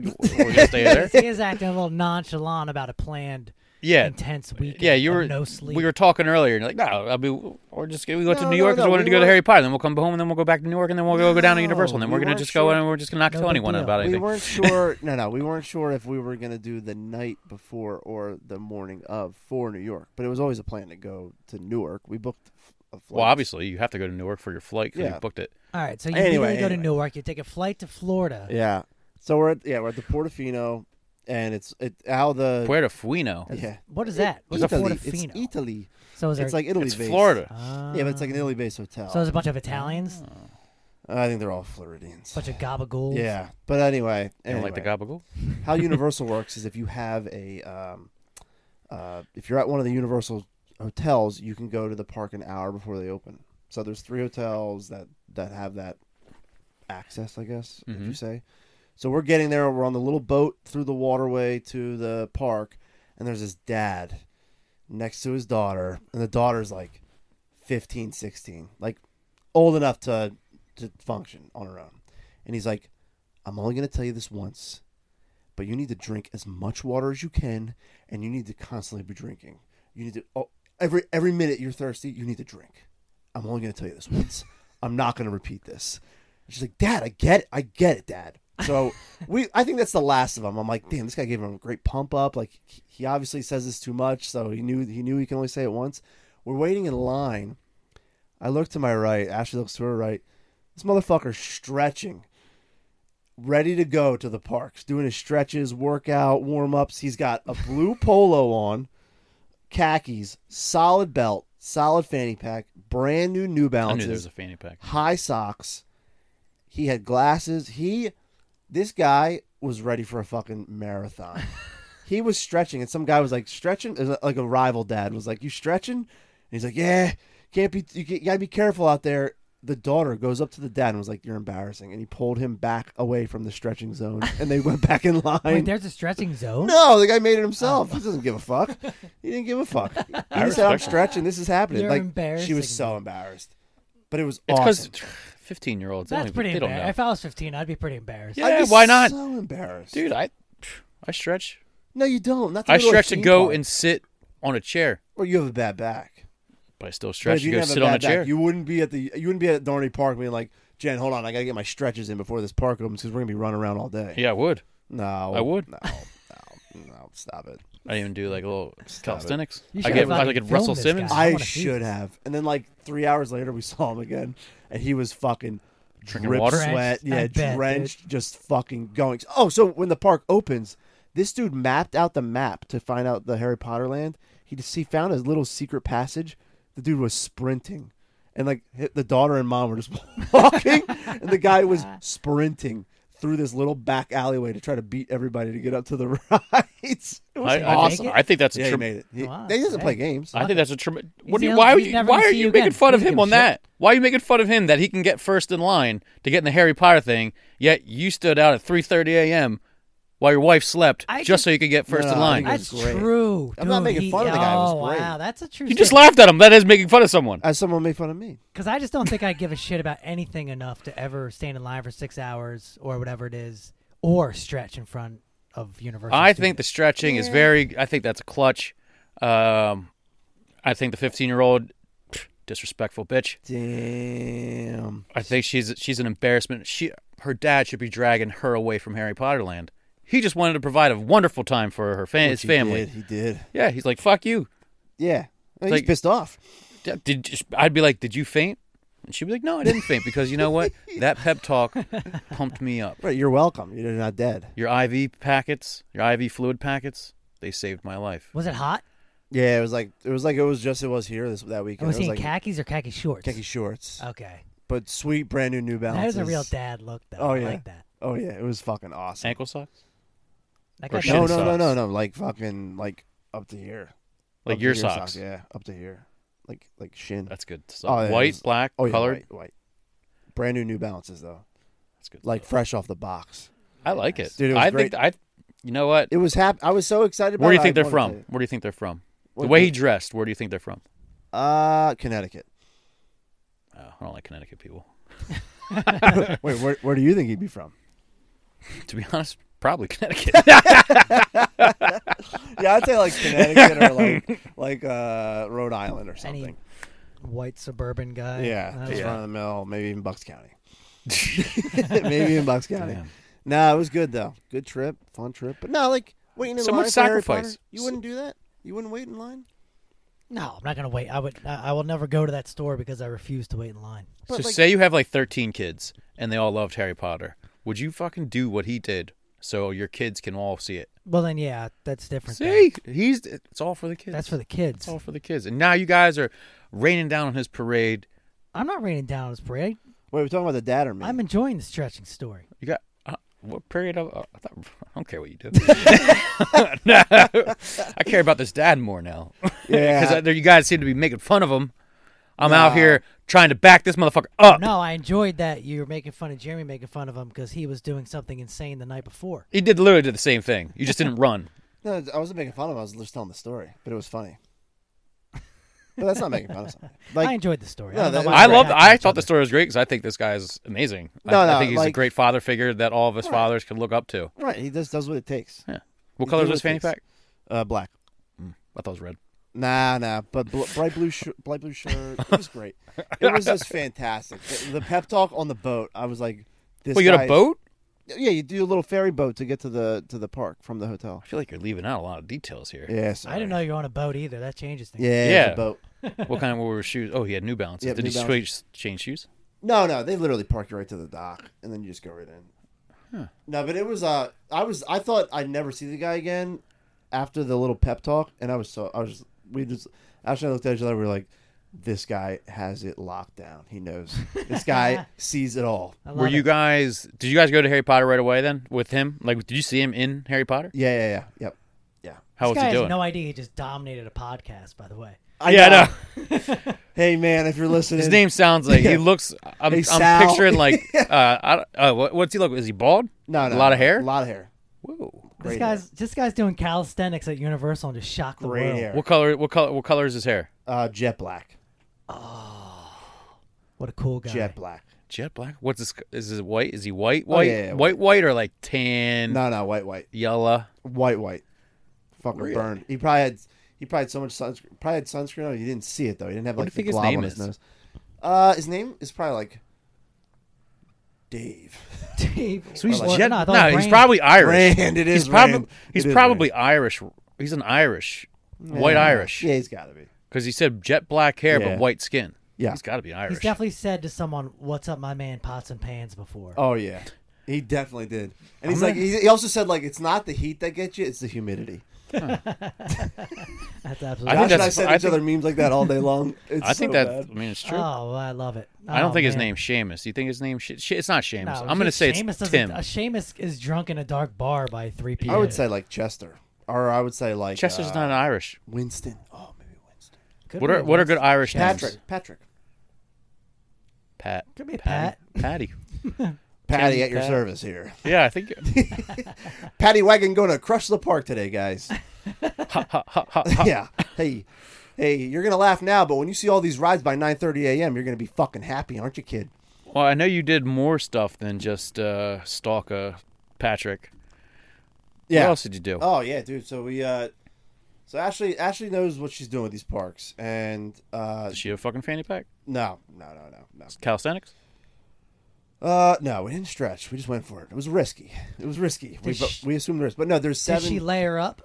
gonna stay there.
he is acting a little nonchalant about a planned
Yeah,
intense weekend.
yeah. You
of
were
no sleep.
We were talking earlier, and you're like, no, I mean, we're just gonna, we go to
No,
New
no,
York because
no,
we wanted
we
to go to
weren't-
Harry Potter, and then we'll come home, and then we'll go back to New York, and then we'll go down to
No,
Universal, and then
we
we're gonna
weren't
just go
sure.
and we're just gonna not
No
tell
big
anyone
deal.
about
we
anything.
weren't sure. No, no, we weren't sure if we were gonna do the night before or the morning of for New York. But it was always a plan to go to Newark. We booked f- a flight.
Well, obviously, you have to go to Newark for your flight because
Yeah.
you booked it.
All right, so you
Anyway,
immediately go to
anyway.
Newark. You take a flight to Florida.
Yeah. So we're at yeah we're at the Portofino, and it's it how the
Puertofino.
yeah
What is that? What's a
Italy. It's
Portofino?
Italy.
So is there,
It's like Italy
It's
based.
Florida.
Ah.
Yeah, but it's like an Ah. Italy based hotel.
so there's a bunch of Italians,
I think they're all Floridians.
bunch of gabagools.
Yeah, but anyway,
You don't like the
anyway,
gabagool?
how Universal works is if you have a um, uh, if you're at one of the Universal hotels, you can go to the park an hour before they open. So there's three hotels that that have that access, I guess, if you say. So we're getting there. We're on the little boat through the waterway to the park, and there's this dad next to his daughter, and the daughter's like 15, 16, like old enough to to function on her own. And he's like, "I'm only going to tell you this once, but you need to drink as much water as you can, and you need to constantly be drinking. You need to oh, every every minute you're thirsty, you need to drink. I'm only going to tell you this once. I'm not going to repeat this." And she's like, "Dad, I get it. I get it, Dad. So we, I think that's the last of them. I'm like, damn, this guy gave him a great pump up. Like he obviously says this too much, so he knew he knew he can only say it once. We're waiting in line. I look to my right. Ashley looks to her right. This motherfucker's stretching, ready to go to the parks, doing his stretches, workout, warm ups. He's got a blue polo on, khakis, solid belt, solid fanny pack, brand new New
I knew there
Balances
was a fanny pack.
high socks. He had glasses. He, this guy was ready for a fucking marathon. he was stretching, and some guy was like stretching. It was like a rival dad was like, "You stretching?" And he's like, "Yeah, can't be. You, can't- you gotta be careful out there." The daughter goes up to the dad and was like, "You're embarrassing," and he pulled him back away from the stretching zone, and they went back in line.
Wait, Oh. there's a stretching zone.
no, the guy made it himself. He doesn't give a fuck. He didn't give a fuck. He just said, "I'm
respect that.
stretching. This is happening."
You're
like she was
embarrassing
so embarrassed, but it was
It's because
awesome.
fifteen-year-olds. they
That's
don't even-
pretty
They don't
embarrassing.
know.
If I was 15, I'd be pretty embarrassed.
Yeah, why not?
So embarrassed,
Dude, I, I stretch.
No, you don't. Not to
I
go to a
stretch to
theme
go
park.
and sit on a chair,
Or you have a bad back.
but I still
But
stretch
if you
to go
didn't have
sit
a
on
bad
a chair.
back, you wouldn't be at the you wouldn't be at Dorney Park being like, Jen, hold on, I gotta get my stretches in before this park opens because we're gonna be running around all day.
yeah, I would.
No,
I would.
Oh, No, no, no, stop it.
I even do like a little calisthenics.
You
I
should
get
have
I like
fucking
a Russell
filmed this
Simmons.
guy.
I,
wanna see
should
this.
have. And then like three hours later, we saw him again, and he was fucking
Drinking
drip
water?
sweat,
Drenched. I
yeah,
bet, dude.
drenched, just fucking going. Oh, so when the park opens, this dude mapped out the map to find out the Harry Potter land. He just he found a little secret passage. The dude was sprinting, and like hit- the daughter and mom were just walking, and the guy was sprinting. Through this little back alleyway to try to beat everybody to get up to the rides. It was
I, I
awesome.
think,
Make
I think that's a
yeah, he
trem-
made it. He,
Wow,
he doesn't
hey.
play games.
I think that's a tremendous. What do you,
He's
why
the-
are
he's
you,
never
why
gonna
are
see
you
you
making
again.
fun of
He doesn't
him
give a
on
shit.
that? Why are you making fun of him that he can get first in line to get in the Harry Potter thing? Yet you stood out at 3:30 a.m. while your wife slept
I
just
just-
so you could get first
No,
in
I
line.
think it was
That's
great.
true.
I'm not
dude.
making
He-
fun of the guy. It was
Oh,
great.
wow. That's a true
you just laughed at him. That is making fun of someone.
As someone made fun of me.
Because I just don't think I give a shit about anything enough to ever stand in line for six hours or whatever it is or stretch in front of Universal.
I think the
Studios.
stretching is very. I think that's a clutch. Um, I think the 15 year old disrespectful bitch.
Damn.
I think she's she's an embarrassment. She her dad should be dragging her away from Harry Potter land. He just wanted to provide a wonderful time for her fa- his
He
family.
did, He did.
Yeah, he's like, "Fuck you."
Yeah. He's
like-
pissed off.
D- Did just, I'd be like, "Did you faint?" And she'd be like, "No, I didn't faint because you know what? That pep talk pumped me up.
Right. You're welcome. You're not dead.
Your IV packets, your IV fluid packets, they saved my life.
Was it hot?
Yeah. It was like it was like it was just it was here this that weekend.
was Oh,
it
he
was
in
like
khakis or khaki shorts?
khaki shorts,
Okay.
but sweet brand new New
That
Balances.
is a real dad look, though.
Oh,
I
yeah.
like that.
Oh yeah. It was fucking awesome.
Ankle socks,
That
Or
guy-
shit
No, no,
socks.
no, no, no. Like fucking like up to here. Up
like
to
your
here
socks.
Yeah. Up to here. Like like shin.
That's good.
Oh, yeah, it
white,
was-
black,
oh yeah.
colored.
White, white. Brand new New Balances though.
That's good.
Like fresh off the box.
I like it.
Dude, it was
I
great.
think I. You know what?
It was hap- I was so excited. about
Where do you
it,
think
I
they're from?
wanted to-
Where do you think they're from? The
What-
way he dressed, where do you think they're from?
Uh, Connecticut.
Oh, I don't like Connecticut people.
Wait, where, where do you think he'd be from?
To be honest, probably Connecticut.
Yeah, I'd say like Connecticut or like like uh, Rhode Island or
Any
something.
white suburban guy. Uh,
yeah,
That's
just
yeah.
run of the mill. Maybe even Bucks County. maybe in Bucks County.
Damn.
Nah, it was good though. Good trip, fun trip. But no, like waiting in
So
line
much
for Harry
sacrifice.
Potter, You wouldn't do that. You wouldn't wait in line.
No, I'm not gonna wait. I would. I I will never go to that store because I refuse to wait in line.
so
But, like-
say you have like 13 kids and they all loved Harry Potter. Would you fucking do what he did so your kids can all see it?
Well, then, yeah, that's different. then.
See, he's it's all for the kids.
that's for the kids.
It's
Oh.
all for the kids. And now you guys are raining down on his parade.
I'm not raining down on this parade.
Wait, we're talking about the dad or me?
I'm enjoying the stretching story.
You got uh, what period of? Uh, I, thought, I don't care what you do. no, I care about this dad more now.
yeah,
because you guys seem to be making fun of him. I'm out
Nah.
here trying to back this motherfucker up.
No, I enjoyed that you were making fun of Jeremy, making fun of him because he was doing something insane the night before.
He did literally did the same thing. You just didn't run.
no, I wasn't making fun of him. I was just telling the story, but it was funny. But that's not making fun of something.
I
Like
enjoyed the story.
No,
I, don't know
that-
why
I
we're
loved.
attacking
I
each
thought the
other.
story was great because I think this guy is amazing.
No,
I, I
no,
think he's a
like-
great father figure that all of us fathers can look up to.
right, he just does what it takes.
Yeah. What
He
color is
did
his
what it
fanny
takes.
pack?
Uh, black.
I thought it was red.
Nah, nah, but bl- bright blue, sh- bright blue shirt. It was great. It was just fantastic. The, the pep talk on the boat. I was like, this.
Well, you got
guy-
a boat?
Yeah, you do a little ferry boat to get to the to the park from the hotel.
I feel like you're leaving out a lot of details here.
Yeah,
I didn't know you were on a boat either. That changes things.
Yeah, it's
Yeah.
a boat.
What kind of what were his shoes? Oh, he had New Balances.
Yep,
Did
New
he
Balance.
switch change shoes?
No, no, they literally park you right to the dock, and then you just go right in. No, but it was uh, I was I thought I'd never see the guy again after the little pep talk, and I was so I was just we just Ashley and I looked at each other, we were like, this guy has it locked down. He knows. This guy sees it all.
I
Were
love
you
it.
guys? Did you guys go to Harry Potter right away then with him? Like, did you see him in Harry Potter?
Yeah, yeah, yeah, yep.
How
this
was
guy
Oh, he
has
doing?
no idea he just dominated a podcast, by the way.
I
yeah, I know.
Hey man, if you're listening,
His name sounds like he looks. I'm,
Hey,
I'm
Sal.
picturing like. Uh, I, don't- uh, what, what's he look? Is he bald?
No, no,
a lot of hair.
A lot of hair.
Whoa.
Great
this guy's this guy's doing calisthenics at Universal and just shocked the
Great
world.
hair.
What color? What color? What color is his hair?
Uh, jet black.
What a cool guy.
Jet black.
Jet black. What's this? Is it white? Is he white? White?
Oh, yeah, yeah,
white? White or like tan?
No, no, white, white,
Yellow.
white, white. Fucking
Really?
burned. He probably had he probably had so much sunscreen. Probably had sunscreen on. You didn't see it though. He didn't have
What
like
do you
the
think his
glob
name
on his
is?
nose. Uh, his name is probably like Dave.
So he's
Well,
jet.
no, I
No,
thought it was
he's
Rand.
probably Irish.
Rand, it
he's
is
probably
Rand.
he's
It is
probably Irish. He's an Irish, white
Yeah.
Irish,
Yeah, he's got to be.
because he said jet black hair
Yeah.
but white skin.
Yeah.
he's got to be Irish.
He's definitely said to someone, "What's up, my man? Pots and pans." Before.
Oh yeah, he definitely did. And he's like, he he also said like, it's not the heat that gets you, it's the humidity.
That's
I
absolutely.
think
Josh and I
that's-
said
I
each other memes like that all day long. It's
I think
so
that.
bad.
I mean, it's true.
Oh, I love it.
I don't
Oh,
think his
man.
name's Seamus. You think his name? Sh- Sh- it's not Seamus.
No,
I'm gonna
dude,
say
Seamus
it's
doesn't-
Tim.
Uh, Seamus is drunk in a dark bar by three p.m.
I would say like Chester, or I would say like
Chester's
uh,
not an Irish.
Winston. Oh, maybe Winston.
Could
What
be
are
a
what are
Winston.
good Irish names?
Patrick. Patrick.
Pat.
Could be
Patty. Patty.
Patty
Kenny
at your
Pat.
service here.
Yeah, I think.
Patty Wagon going to crush the park today, guys.
ha, ha, ha, ha, ha.
yeah. Hey, hey, you're gonna laugh now, but when you see all these rides by 9:30 a.m., you're gonna be fucking happy, aren't you, kid?
Well, I know you did more stuff than just uh, stalk a Patrick. What else did you do?
Oh yeah, dude. So we, uh so Ashley, Ashley knows what she's doing with these parks, and uh
Does she have a fucking fanny pack?
no, no, no, no, no.
Calisthenics?
Uh, no, we didn't stretch. We just went for it. It was risky. It was risky. We,
Did
bu-
she-
we assumed the risk, but no, there's
Did
seven.
she layer up?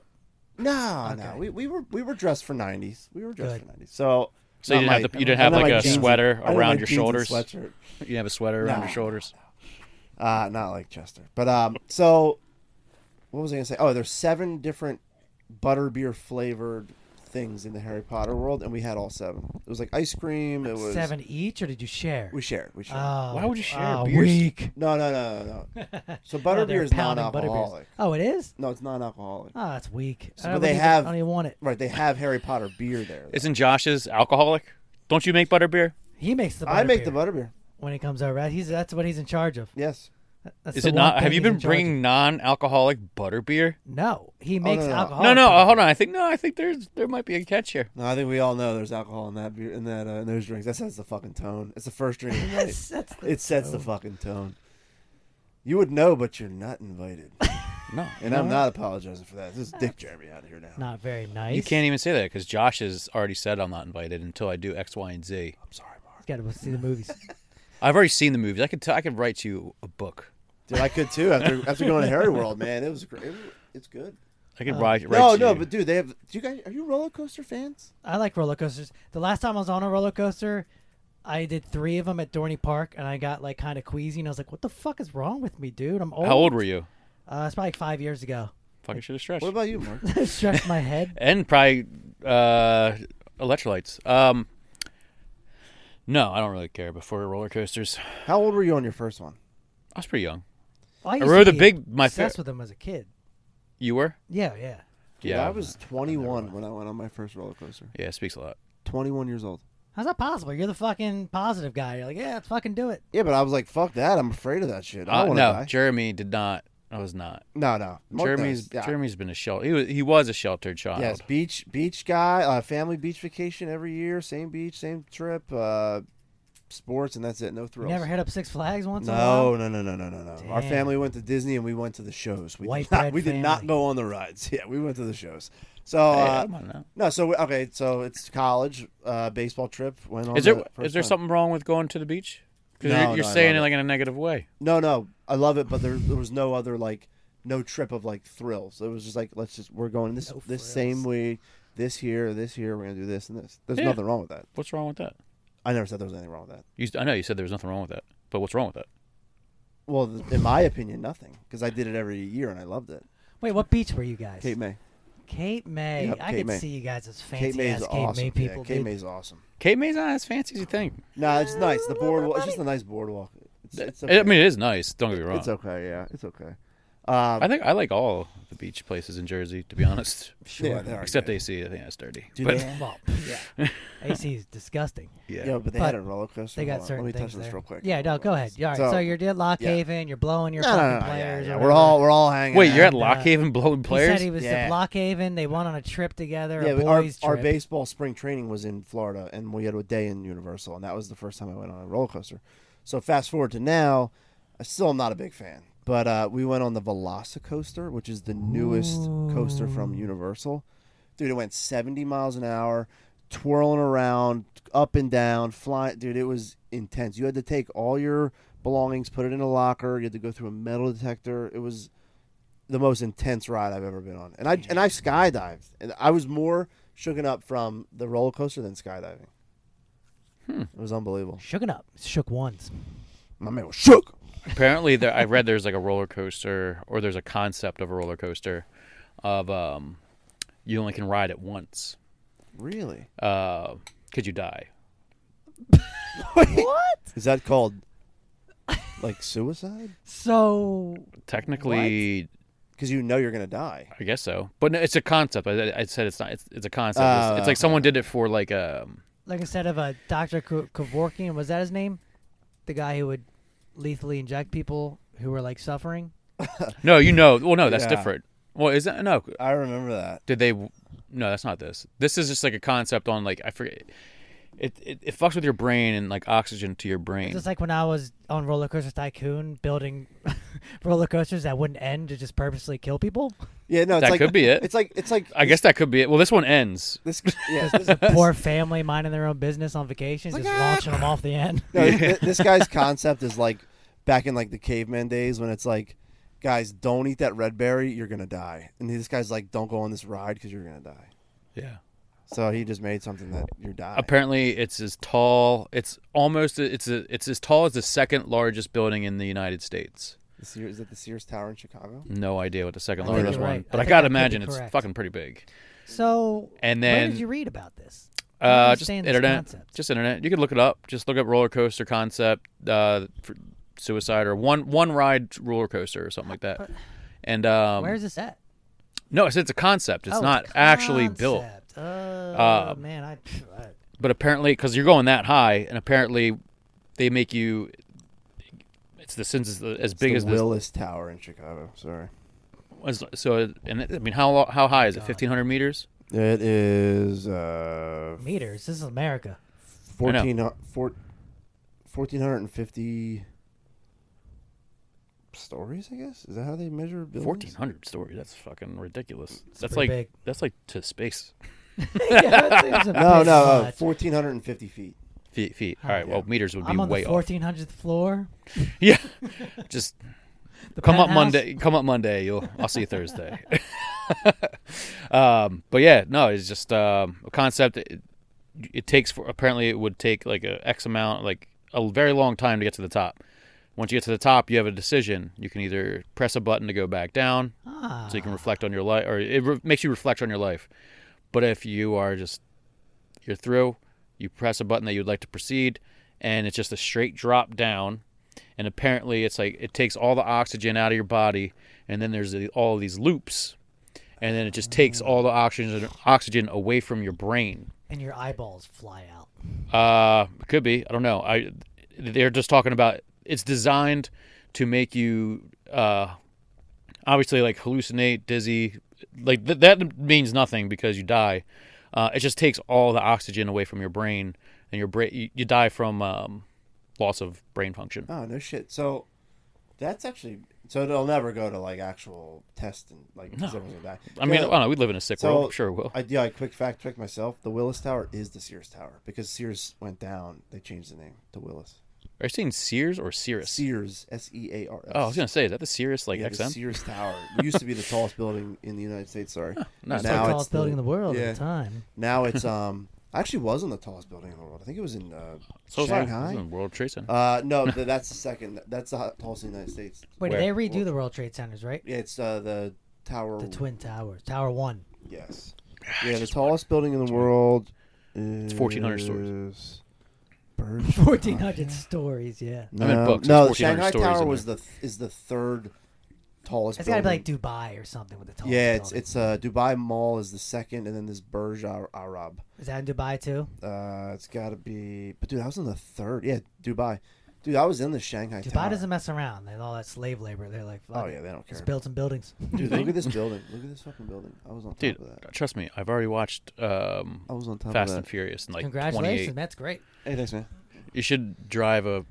No, no,
Okay.
we, we were we were dressed for nineties. We were dressed
Good.
for nineties. So
So you didn't have
not my-
the- you didn't have,
not
like,
my
a
jeans and-
sweater
I didn't
around
like
your
jeans and
shoulders?
Sweatshirt.
You didn't have a sweater around your
Nah.
shoulders?
Uh, not like Chester, but um. So what was I gonna say? Oh, there's seven different butterbeer flavored things in the Harry Potter world, and we had all seven. It was like ice cream. It was
Seven each, or did you share?
We shared. We shared.
Oh,
Why would you share
oh,
beers?
Weak.
no, no, no, no, no. So
Oh,
butterbeer
they're
is
pounding
non-alcoholic.
Butterbeers. Oh, it is.
No, it's non-alcoholic.
Oh, that's weak. I
So,
don't
but they
even-
have-
I don't even want it.
Right? They have Harry Potter beer there.
Isn't Josh's alcoholic? Don't you make butterbeer?
He makes the.
I make the
butterbeer
butterbeer.
when he comes over. He's that's what he's in charge of.
Yes.
That's
Is
the
it
one
not?
thing
Have you
he's
been
in charge of.
bringing non-alcoholic butterbeer?
No, he makes
Oh, no, no.
alcohol.
no, no. uh, Hold on. I think no. I think there's there might be a catch here.
No, I think we all know there's alcohol in that beer, in that uh, in those drinks. That sets the fucking tone. It's the first drink of the night.
That's, that's the,
it sets the fucking tone. You would know, but you're not invited,
No,
and I'm not apologizing for that. This is Dick Jeremy out here now.
not very nice.
You can't even say that because Josh has already said I'm not invited until I do X, Y, and Z.
I'm sorry, Mark.
Got to see the movies.
I've already seen the movies. I could tell. I could write you a book.
Dude, I could too after after going to Harry World, man. It was great. It was- It's good.
I could write. write
Uh, No,
you.
no, but dude, they have. Do you guys are you roller coaster fans?
I like roller coasters. The last time I was on a roller coaster, I did three of them at Dorney Park, and I got like kind of queasy, and I was like, "What the fuck is wrong with me, dude? I'm old."
how old were you?
Uh, it's probably like five years ago.
Fucking should have stretched.
What about you, Mark?
Stretched my head.
and probably uh, electrolytes. Um, no, I don't really care. Before roller coasters, I
How old were you on your first one?
was pretty young.
I,
rode the big- my
My obsessed
fa-
with them as a kid.
You were?
Yeah, yeah.
Dude,
yeah,
I was 21 when I went on my first roller coaster.
Yeah, it speaks a lot.
21 years old.
How's that possible? You're the fucking positive guy. You're like, yeah, let's fucking do it.
Yeah, but I was like, fuck that. I'm afraid of that shit. I
Uh,
don't want to
no,
die.
Jeremy did not. I was not.
no, no. Mark
Jeremy's
knows. Yeah.
Jeremy's been a shelter. He was he was a sheltered child.
Yes, beach beach guy, uh, family beach vacation every year, same beach, same trip, uh, sports, and that's it. No
You
thrills.
never hit up Six Flags once in a while.
no, no, no, no, no, no, no. Our
Damn.
family went to Disney and we went to the shows. We
White
did not,
bread
we did not
family.
go on the rides. Yeah, we went to the shows. So
Hey,
uh,
I don't know.
no, so we- okay, so it's college uh, baseball trip. Went on
Is there
the first
is there
time.
something wrong with going to the beach? Because
No,
you're, you're
no, I
saying
love
it
it.
like in a negative way.
No, no, I love it, but there, there was no other like no trip of like thrills. It was just like let's just we're going this
No
this
frills.
same way, this here, this here. We're gonna do this and this. There's
Yeah.
nothing wrong with that.
What's wrong with that?
I never said there was anything wrong with that.
You, I know you said there was nothing wrong with that, but what's wrong with that?
Well, th- in my opinion, nothing because I did it every year and I loved it.
Wait, what beach were you guys?
Cape May,
Cape May.
Yep,
I
Cape
could
May.
see you guys as fancy
Cape May
ass
is
Cape
awesome.
May people.
yeah, Cape
dude.
May is awesome.
Cape May's not as fancy as you think.
Nah, it's nice. The boardwalk. It's just a nice boardwalk. It's, it's
I-
okay.
I mean, it is nice. Don't get me wrong.
it's okay. Yeah, it's okay. Um,
I think I like all the beach places in Jersey, to be honest.
Sure.
Yeah, they are
Except
good.
AC, I think that's dirty.
Do
but
they have-
Well, yeah. AC is disgusting.
yeah,
Yeah, but they
But
had a roller coaster.
They
Hold
got
on,
certain
Let me
things
touch
there.
this real quick.
Yeah, no, go ahead. All right, so,
So-
you're at Lock
yeah.
Haven. You're blowing your
No,
fucking
no, no, no, yeah,
players.
yeah,
or
We're
whatever.
all we're all hanging.
Wait,
out.
you're at
And,
Lock
uh,
Haven blowing
He
players?
said he was
Yeah.
at Lock Haven. They went on a trip together,
Yeah,
a
we- our,
boys
our
trip.
baseball spring training was in Florida, and we had a day in Universal, and that was the first time I went on a roller coaster. So fast forward to now, I still am not a big fan, but uh, we went on the Velocicoaster, which is the newest coaster from Universal. Dude, it went 70 miles an hour, twirling around, up and down, flying. Dude, it was intense. You had to take all your belongings, put it in a locker. You had to go through a metal detector. It was the most intense ride I've ever been on, and I and I skydived, and I was more shooken up from the roller coaster than skydiving. It was unbelievable.
Shooken up. Shook once.
My man was shook.
Apparently, there, I read there's like a roller coaster, or there's a concept of a roller coaster of um, you only can ride it once
Really?
because you die.
What?
Is that called like suicide?
So
Technically,
Because you know you're gonna die.
I guess so, but no, it's a concept. I, I said it's not. It's, it's a concept.
Oh,
it's, it's like someone did it for like um,
like instead of a Dr. K- Kevorkian, was that his name? The guy who would lethally inject people who were like suffering?
No, you know. Well, no, that's
Yeah.
different. Well, is that no?
I remember that.
Did they? No, that's not this. This is just like a concept on like I forget. It it, it fucks with your brain and like oxygen to your brain.
Just like when I was on Roller Coaster Tycoon building roller coasters that wouldn't end to just purposely kill people.
Yeah, no, it's
That
like,
could be it.
It's like it's like
I guess that could be it. Well, this one ends.
this. Yeah,
Just
this,
a poor family minding their own business on vacation,
Like,
just
"Ah."
launching them off the end.
no, th- this guy's concept is like back in like the caveman days when it's like, guys, don't eat that red berry, you're gonna die. And this guy's like, don't go on this ride because you're gonna die.
Yeah.
So he just made something that you're dying.
Apparently, it's as tall. It's almost. It's a, It's as tall as the second largest building in the United States.
The Sears, is it the Sears Tower in Chicago?
No idea what the second
I think
largest
you're
one,
right.
but
I
I,
think that
gotta
could be
imagine it's
correct.
fucking pretty big.
So
And
where
then-
did you read about this? I don't
Uh, just
understand this
internet.
concept.
Just internet. You can look it up. Just look up roller coaster concept, uh, for suicide or one one ride roller coaster or something like that. And um,
Where's this at?
no, it's, it's a concept. It's
Oh,
not
a
actually built, Uh,
concept. Oh man, I, uh, I
but apparently because you're going that high, and apparently they make you. It's the since it's the- as big
the
as the
Willis Tower in Chicago. Sorry,
as, so. And it, I mean, how lo- how high is it? Fifteen hundred meters.
it is uh,
meters. This is America.
14, four- 1,450 stories. I guess is that how they measure buildings?
Fourteen hundred story. That's fucking ridiculous. that's like
pretty big.
that's like to space
Yeah, that seems a
No,
bit
no, uh,
much.
fourteen hundred and fifty feet.
feet. feet. All right. Well, meters would be
I'm on the
way off.
1400th floor.
Yeah. Just
The
come up
penthouse.
Monday. Come up Monday. You'll I'll see you Thursday. um, but yeah, no, it's just um, a concept. It, it takes for apparently it would take like a x amount, like a very long time to get to the top. Once you get to the top, you have a decision. You can either press a button to go back down,
Ah,
so you can reflect on your life, or it re- makes you reflect on your life. But if you are just you're through, you press a button that you'd like to proceed, and it's just a straight drop down. And apparently, it's like it takes all the oxygen out of your body, and then there's the, all these loops, and then it just takes all the oxygen oxygen away from your brain.
and your eyeballs fly out.
Uh, could be. I don't know. I they're just talking about it's designed to make you uh, obviously like hallucinate, dizzy. Like th- that means nothing because you die. Uh, it just takes all the oxygen away from your brain, and your brain you, you die from um, loss of brain function.
Oh no shit. So that's actually so it'll never go to like actual test and like 'cause everyone's gonna die.
I mean, I
Yeah.
don't know. We live in a sick
So
world. I'm sure it will.
I, yeah, I quick fact check myself. The Willis Tower is the Sears Tower because Sears went down. They changed the name to Willis.
Are you saying Sears or Cirrus?
Sears, S E A R S.
Oh, I was gonna say, is that the Cirrus like
yeah, the
XM?
Sears Tower. It used to be the tallest building in the United States. Sorry.
no,
It's
now
the tallest building in the world
yeah.
at the time.
Now it's um. I actually was in the tallest building in the world. I think it was in uh,
so was I. It was
Shanghai.
in World Trade Center.
Uh, no, th- that's the second. That's the hot- tallest in the United States.
Wait,
Where-
they redo the World Trade Centers, right?
Yeah, it's uh, the tower.
The Twin Towers, Tower One.
Yes.
Ah,
Yeah, the tallest building in the world. It's
1,400 stories.
Burj.
Fourteen
Oh,
hundred stories, yeah.
No,
I meant books.
no, the
There's 1,400
Shanghai
stories
Tower
in
was the is the third tallest.
It's got to be
building.
like Dubai or something with the tallest.
Yeah, it's
building.
it's uh, Dubai Mall is the second, and then this Burj Ar- Arab.
Is that in Dubai too?
Uh, it's got to be. But dude, I was in the third. Yeah, Dubai. Dude, I was in the Shanghai
Dubai
Tower.
doesn't mess around. And all that slave labor, they're like, fuck
Oh
it.
yeah, they don't care.
Let's build some buildings.
Dude, look at this building. Look at this fucking building. I was on top
Dude,
of that.
trust me, I've already watched um,
I was on top
Fast
of
and
that.
Furious and like
Congratulations,
28.
that's great.
Hey, thanks, man.
You should drive a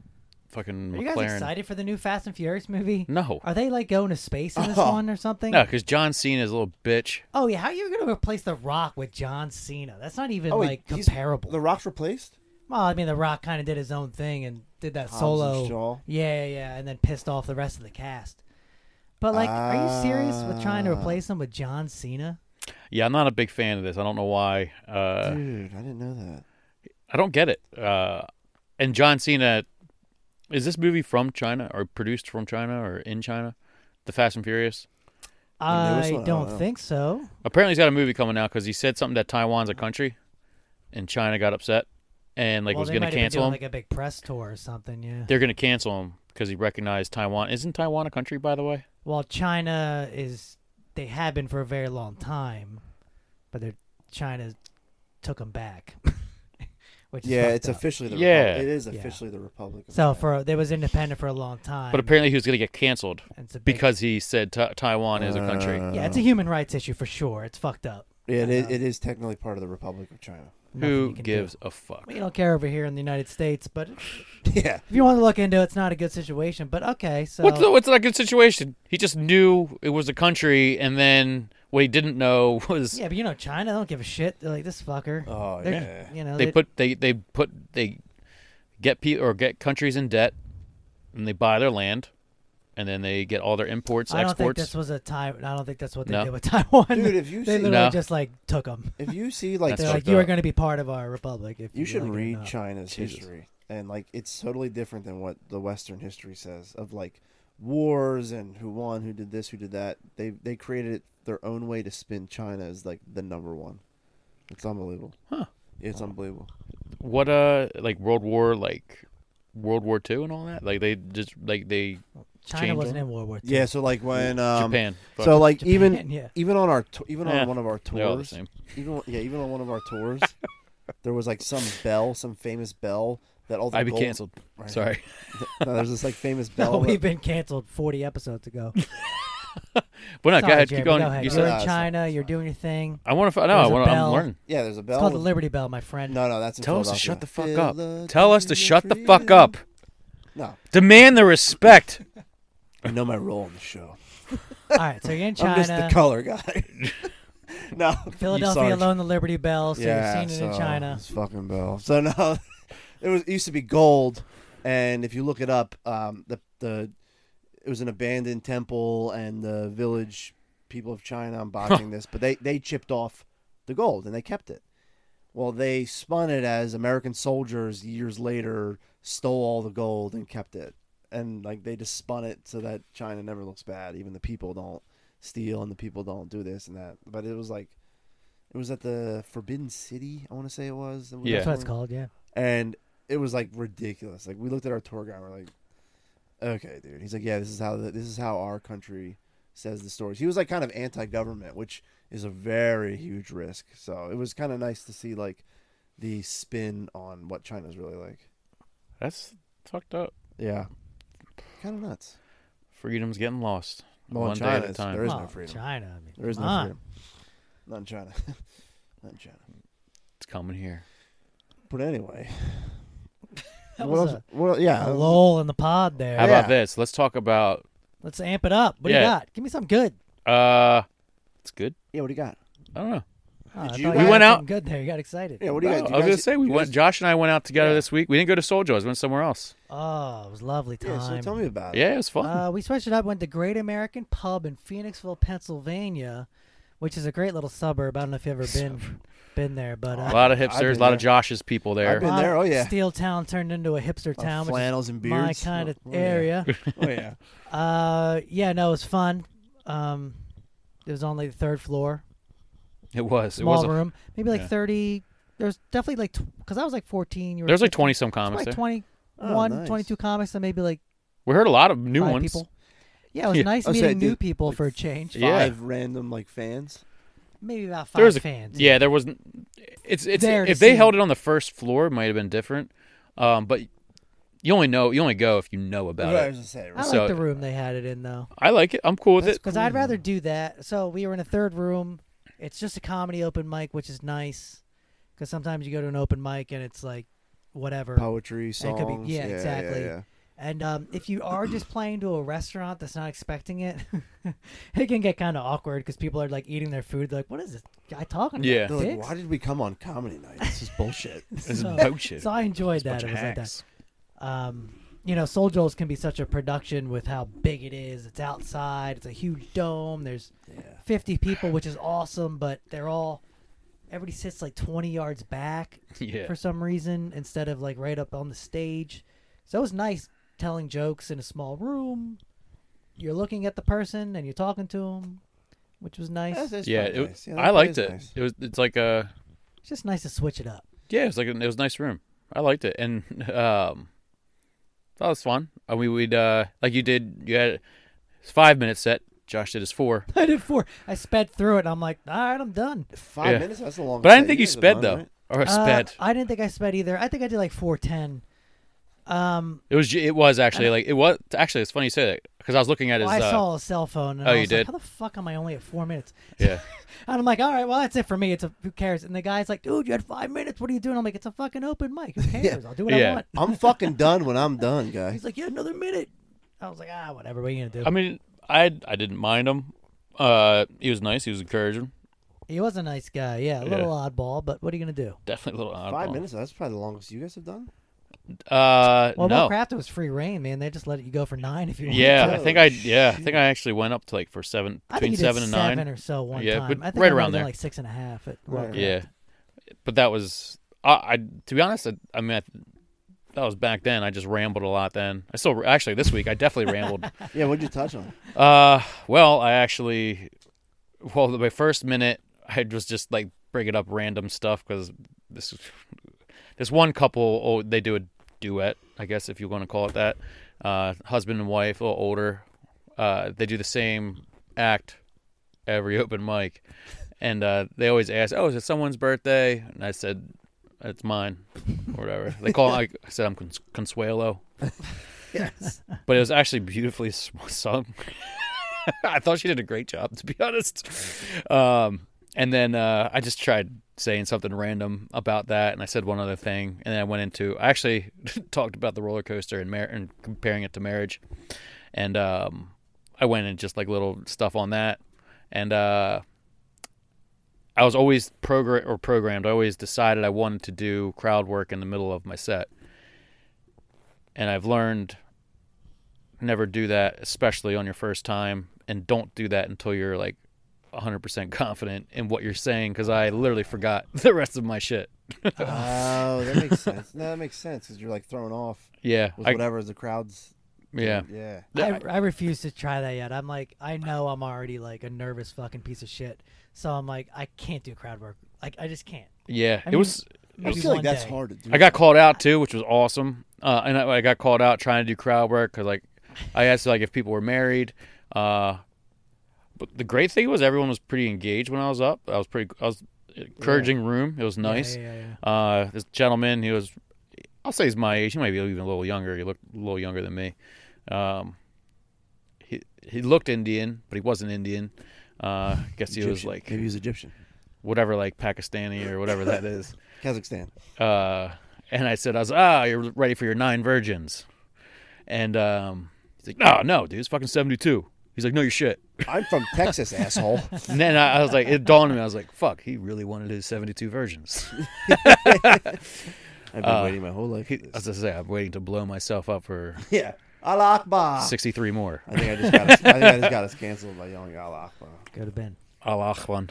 fucking
Are
McLaren.
you guys excited for the new Fast and Furious movie?
No,
Are they like going to space in this
Mm. Oh.
one or something?
no, because John Cena is a little bitch.
Oh yeah, how are you going to replace The Rock with John Cena? That's not even
Oh, wait,
like
he's-
comparable.
The Rock's replaced.
Well, I mean, The Rock kind of did his own thing and did that
Hobbs and
solo.
Shaw.
Yeah, yeah, yeah, and then pissed off the rest of the cast. But like, are you serious with trying to
Ah.
replace him with John Cena?
Yeah, I'm not a big fan of this. I don't know why. Uh,
Dude, I didn't know that.
I don't get it. Uh, and John Cena, is this movie from China or produced from China or in China? The Fast and Furious.
newest
I
one? I don't
don't
know.
think so.
Apparently, he's got a movie coming out because he said something that Taiwan's a country, and China got upset and like
well,
was
they
going to
might have been
cancel
doing,
him.
like a big press tour or something. Yeah.
They're going to cancel him because he recognized Taiwan. Isn't Taiwan a country, by the way?
Well, China is they have been for a very long time, but they're China took them back. Which is
Yeah,
fucked
it's
up.
officially the
Yeah.
Republic. It is
Yeah.
officially the Republic. of
So
China.
for they was independent for a long time.
But apparently, he was going to get canceled
and it's a big-
because he said Ta Taiwan is a country.
Uh,
yeah, it's a human rights issue for sure. It's fucked up.
it is, it is technically part of the Republic of China.
Nothing you
Who
can do.
gives a fuck?
We don't care over here in the United States, but
yeah.
if you want to look into it, it's not a good situation. But okay, so
What's the, what's that good situation? He just knew it was a country, and then what he didn't know was
yeah, but you know China they don't give a shit. They're like this fucker.
Oh
They're-
yeah.
you know
they put they they put they get people or get countries in debt, and they buy their land, and then they get all their imports
I don't think
exports.
this was a time. I don't think that's what they
No.
did with Taiwan.
Dude, if you
they
see-
literally
No.
just like took them.
If you see like,
That's
They're
fucked
like, you are
up.
going to be part of our republic. If you,
you should
like it or
read
not."
China's
Jesus.
history, and like it's totally different than what the Western history says of like wars and who won, who did this, who did that. They they created it their own way to spin China as like the number one. It's unbelievable.
Huh.
It's unbelievable.
what uh like World War like World War Two and all that? Like they just like they
China
Change
wasn't
order?
in World War II.
Yeah. So like when um,
Japan.
So like
Japan,
even
yeah.
even on our t- even
Yeah,
on one of our
they're all the
tours,
same.
even yeah, even on one of our tours, there was like some bell, some famous bell that all the
I'd be
gold-
canceled.
Right.
Sorry.
No, there's this like famous
No,
bell.
we've
that-
been canceled 40 episodes ago.
But no,
Sorry,
go ahead.
Jeremy,
keep going.
Go ahead.
You
You're
said,
No,
in
it's fine,
China. You're doing your thing.
I want to. No, I
There's a
want to. I'm
bell.
learning.
yeah, there's a
It's
bell.
called the
with-
Liberty Bell, my friend.
no, no, that's in
Tell us to
Philadelphia.
shut the fuck up.
Philadelphia
Tell us to shut the fuck up.
No,
Demand the respect.
I know my role in the show.
All right, so you're in China.
I'm just the color guy. no,
Philadelphia alone, the Liberty Bell. So
yeah,
you've seen it in
so
China.
This fucking bell. So no, it was it used to be gold, and if you look it up, um, the the it was an abandoned temple, and the village people of China. I'm botching this, but they they chipped off the gold and they kept it. Well, they spun it as American soldiers years later stole all the gold and kept it, and like they just spun it so that China never looks bad. Even the people don't steal, and the people don't do this and that. But it was like. It was at the Forbidden City, I want to say it was. that we
Yeah.
That's what it's
toured
called, yeah.
and it was like ridiculous. Like we looked at our tour guide, and we're like, "Okay, dude." He's like, "Yeah, this is how the, this is how our country says the stories." He was like kind of anti-government, which is a very huge risk. So it was kind of nice to see like the spin on what China's really like.
That's fucked up.
Yeah, kind of nuts.
Freedom's getting lost.
Well, in
One
China,
day at a
it's-
time.
there is no
Well,
freedom.
China. I mean,
There is no
come on.
freedom. Not in China. Not in China.
It's coming here.
But anyway,
That
what
was
else? Well, yeah,
a, a lull in the pod there.
How
Yeah.
about this? Let's talk about.
Let's amp it up. What do
Yeah.
you got? Give me something good.
Uh, it's good.
yeah. What do you got?
I don't know.
Oh,
Did
I
you
thought
guys-
had
We went
something
out-
Good there. You got excited.
Yeah, what do you
No,
guys? do you
I was
guys-
gonna say we
you
went.
guys-
Josh and I went out together
Yeah.
this week. We didn't go to Soul Joe's. We went somewhere else.
Oh, it was lovely time.
Yeah, so tell me about it.
Yeah, it was fun.
Uh, we switched it up. Went to Great American Pub in Phoenixville, Pennsylvania, which is a great little suburb. I don't know if you've ever been been there, but
a
uh,
lot of
Oh, I've
hipsters,
been
a lot of
there.
Josh's people there.
I've been
lot
there,
of
oh, yeah.
Steel Town turned into a hipster
Lot of
town, which
flannels and
is
beards.
my kind of
Oh, yeah.
area.
Oh yeah.
Uh, yeah, no, it was fun. Um, it was only the third floor,
It was. It
small
was. A,
room, maybe like
yeah.
thirty. There's definitely like because I was like fourteen. You were
there was like
15.
twenty some
It's
comics
like
there.
21,
Oh, nice.
22 comics, and maybe like
We heard a lot of new
five
ones.
people. Yeah, it was
Yeah.
nice
I was
meeting
saying,
new
dude,
people
like
for a change.
Yeah.
Five random like fans.
Maybe about five
There was a-
fans.
Yeah, there wasn't. It's it's
There to
if they
see.
held it on the first floor, it might have been different. Um, but you only know you only go if you know about
That's what I
it.
was gonna say.
I like
So-
the room they had it in though,
I like it. I'm cool with it.
because I'd rather do that. So we were in a third room. It's just a comedy open mic, which is nice, because sometimes you go to an open mic and it's like whatever.
Poetry
could
songs.
be- yeah, exactly.
Yeah,
And um, if you are just playing to a restaurant that's not expecting it, it can get kind of awkward because people are like eating their food. They're like, "What is this guy talking about?"
Yeah.
They're like,
Dicks?"
why did we come on comedy night? This is bullshit.
This is
So-
bullshit.
So I enjoyed
It's a
that.
bunch
It
of
was like that.
hacks.
Um, you know, Soul Joel's can be such a production with how big it is. It's outside. It's a huge dome. There's
yeah.
50 people, which is awesome, but they're all everybody sits like 20 yards back
Yeah.
for some reason instead of like right up on the stage. So it was nice telling jokes in a small room. You're looking at the person and you're talking to them, which was nice.
That's- that's
Yeah,
pretty
it,
nice. Yeah,
I
that
liked
is
it.
nice.
It was. It's like a.
It's just nice to switch it up.
Yeah, it was like a, it was a nice room. I liked it, and um, that was fun. I mean, we'd uh, like you did. You had it's five minute set. Josh did his four,
I did four. I sped through it. And I'm like, all right, I'm done.
Five
Yeah.
minutes. That's a long.
but I
set.
didn't think you
guys have
sped
done,
though,
right?
or
Uh,
sped.
I didn't think I sped either. I think I did like 410. Um,
It was. It was actually like it was actually. It's funny you say that because I was looking at his.
Uh. I
uh,
saw a cell phone. And
oh,
I
you
was
did?
Like, How the fuck am I only at four minutes?
Yeah,
And I'm like, all right, well, that's it for me. It's a who cares? And the guy's like, dude, you had five minutes. What are you doing? I'm like, it's a fucking open mic. Who cares? I'll do what
Yeah.
I want.
I'm fucking done when I'm done, guys.
He's like, yeah, another minute. I was like, ah, whatever. What are you gonna do?
I mean, I I didn't mind him. Uh, he was nice. He was encouraging.
he was a nice guy. Yeah, a little oddball, but what are you gonna do?
Definitely a little oddball.
Five minutes. That's probably the longest you guys have done.
Uh,
Well,
no.
Minecraft it was free reign, man. They just let you go for nine if you. wanted
Yeah,
to.
I think I yeah I think I actually went up to like for seven
I think
between
you did
seven and nine.
seven or so one
Yeah,
time.
but
I think
right
I might
around
have done,
there.
like six and a half at
Right.
Minecraft.
Yeah, but that was I, I. To be honest, I, I mean, I, that was back then. I just rambled a lot then. I still actually this week I definitely rambled.
Yeah, what'd you touch on?
Uh, well, I actually, well, my first minute I was just like bringing up random stuff because this this one couple oh they do a duet I guess if you want to call it that, uh, husband and wife a little older, uh, they do the same act every open mic, and uh, they always ask, "Oh, is it someone's birthday?" And I said, "It's mine," or whatever. They call. I said, "I'm Cons- Consuelo,"
Yes.
but it was actually beautifully s- sung. I thought she did a great job, to be honest. Um, and then uh, I just tried saying something random about that, and I said one other thing, and then I went into I actually talked about the roller coaster and, mar- and comparing it to marriage, and um, I went and just like little stuff on that, and uh, I was always program or programmed. I always decided I wanted to do crowd work in the middle of my set, and I've learned never do that, especially on your first time, and don't do that until you're like 100% confident in what you're saying. Because I literally forgot the rest of my shit.
Oh, that makes sense. No, that makes sense because you're like thrown off
Yeah,
with
I-
whatever the crowds.
yeah.
Yeah.
I, I refuse to try that yet. I'm like, I know I'm already like a nervous fucking piece of shit. So I'm like, I can't do crowd work. Like, I just can't.
Yeah,
I
it
mean,
was.
I
Maybe
feel like
one
that's
day.
hard to do.
I got called out too, which was awesome. Uh, and I, I got called out trying to do crowd work because like I asked like if people were married. Uh, but the great thing was everyone was pretty engaged when I was up. I was pretty. I was encouraging room. It was
Yeah,
nice.
Yeah, yeah, yeah.
Uh, this gentleman, he was, I'll say he's my age. He might be even a little younger. He looked a little younger than me. Um, he he looked Indian, but he wasn't Indian. Uh, I guess he was
Egyptian.
like
maybe he's Egyptian,
whatever, like Pakistani or whatever that is.
Kazakhstan.
Uh, and I said, I was ah, you're ready for your nine virgins, and um, he's like, no, no, dude, it's fucking seventy two. He's like, no, you're shit.
I'm from Texas, asshole.
And then I, I was like, it dawned on me. I was like, fuck, he really wanted his 72 versions.
I've been waiting my whole life.
Uh, He,
for
I
this.
was gonna say, I'm waiting to blow myself up for
Yeah, Allah Akbar.
63 more.
I think I just got. Us, I think I just got us canceled by yelling Allah Akbar.
Go to Ben.
Allah one.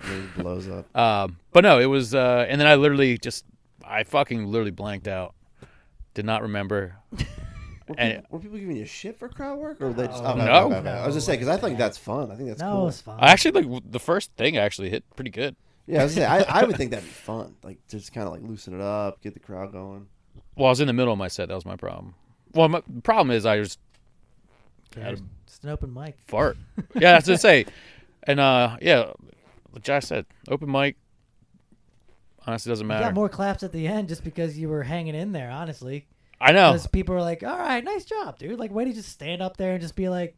It blows up.
Um, but no, it was, uh, and then I literally just, I fucking literally blanked out. Did not remember.
Were
And-
people, were people giving you shit for crowd work, or were they just?
No.
Oh, no,
No.
no, no. I was just saying because I think that's fun. I think that's
no,
cool.
it's fine.
I actually like the first thing actually hit pretty good.
Yeah, I was gonna say, I, I would think that'd be fun. Like just kind of like loosen it up, get the crowd going.
Well, I was in the middle of my set. That was my problem. Well, my problem is I just
Yeah,
Adam.
It's an open mic.
fart. yeah, that's what I say. And uh, yeah, like Josh said, open mic. Honestly, doesn't
You
matter.
got more claps at the end just because you were hanging in there, honestly.
I know.
Because people were like, all right, nice job, dude. Like, way to just stand up there and just be like,